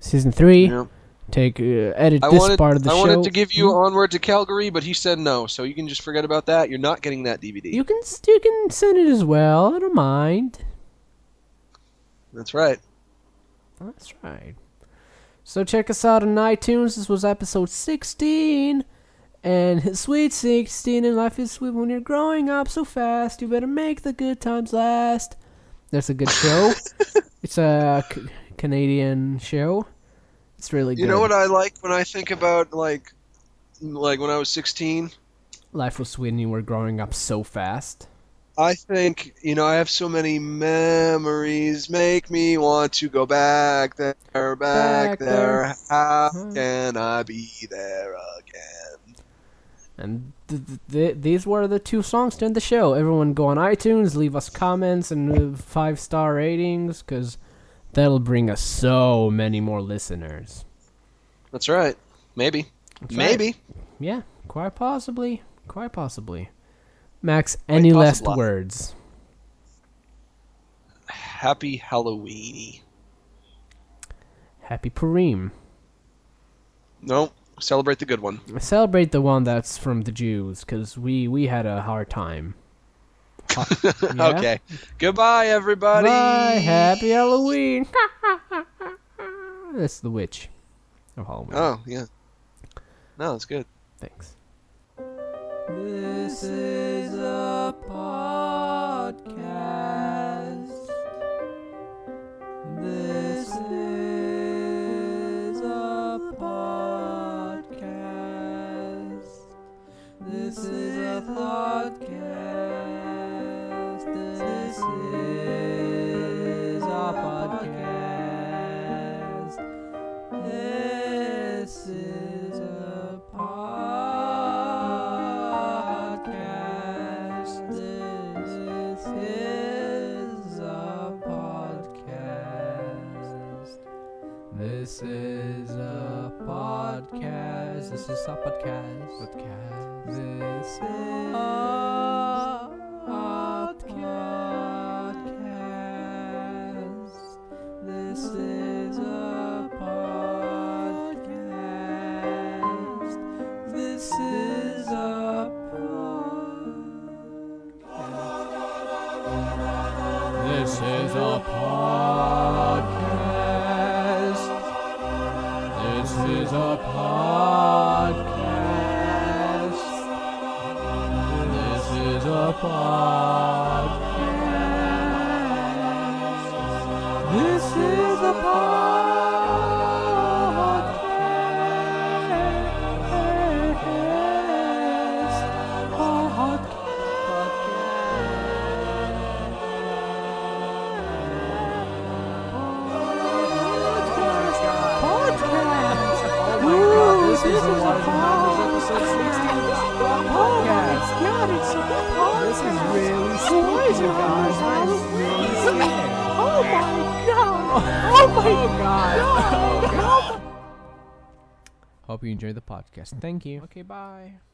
Season three. Yeah. Take uh, edit I this wanted part of the I show. wanted to give you Hmm? onward to Calgary, but he said no, so you can just forget about that. You're not getting that DVD. You can s- you can send it as well. I don't mind. That's right. That's right. So check us out on iTunes. This was episode 16. And *laughs* sweet 16, and life is sweet when you're growing up so fast. You better make the good times last. That's a good *laughs* show. it's a c- Canadian show. It's really good. You know what I like when I think about like like when I was 16? life was sweet and you were growing up so fast. I think, you know, I have so many memories make me want to go back there, back, Back there. How Hmm. can I be there again? And th- th- th- these were the two songs to end the show. Everyone go on iTunes, leave us comments and five star ratings, because that'll bring us so many more listeners. That's right. Maybe. That's right. Maybe. Yeah, quite possibly. Quite possibly. Max, any last possibly. words? Happy Halloween. Happy Purim. No, celebrate the good one. *laughs* Celebrate the one that's from the Jews, because we, we had a hard time. *laughs* Ha- yeah? Okay. Goodbye, everybody. Bye. Happy Halloween. *laughs* that's the witch of Halloween. Oh, yeah. No, it's good. Thanks. This is a podcast. This is a podcast. This is a podcast. This is a podcast. This is a podcast. This is a podcast. This is a podcast. This is a podcast. Podcast. This is a podcast. This is a podcast. This is a podcast. This is a podcast. This is a podcast. This is a podcast. This is a podcast. Podcast. Podcast. This is a podcast. Oh, God, it's so Oh, This is really spooky, you guys. I was really scared. Oh my god! Oh my god! Hope you enjoyed the podcast. Thank you. Okay, bye.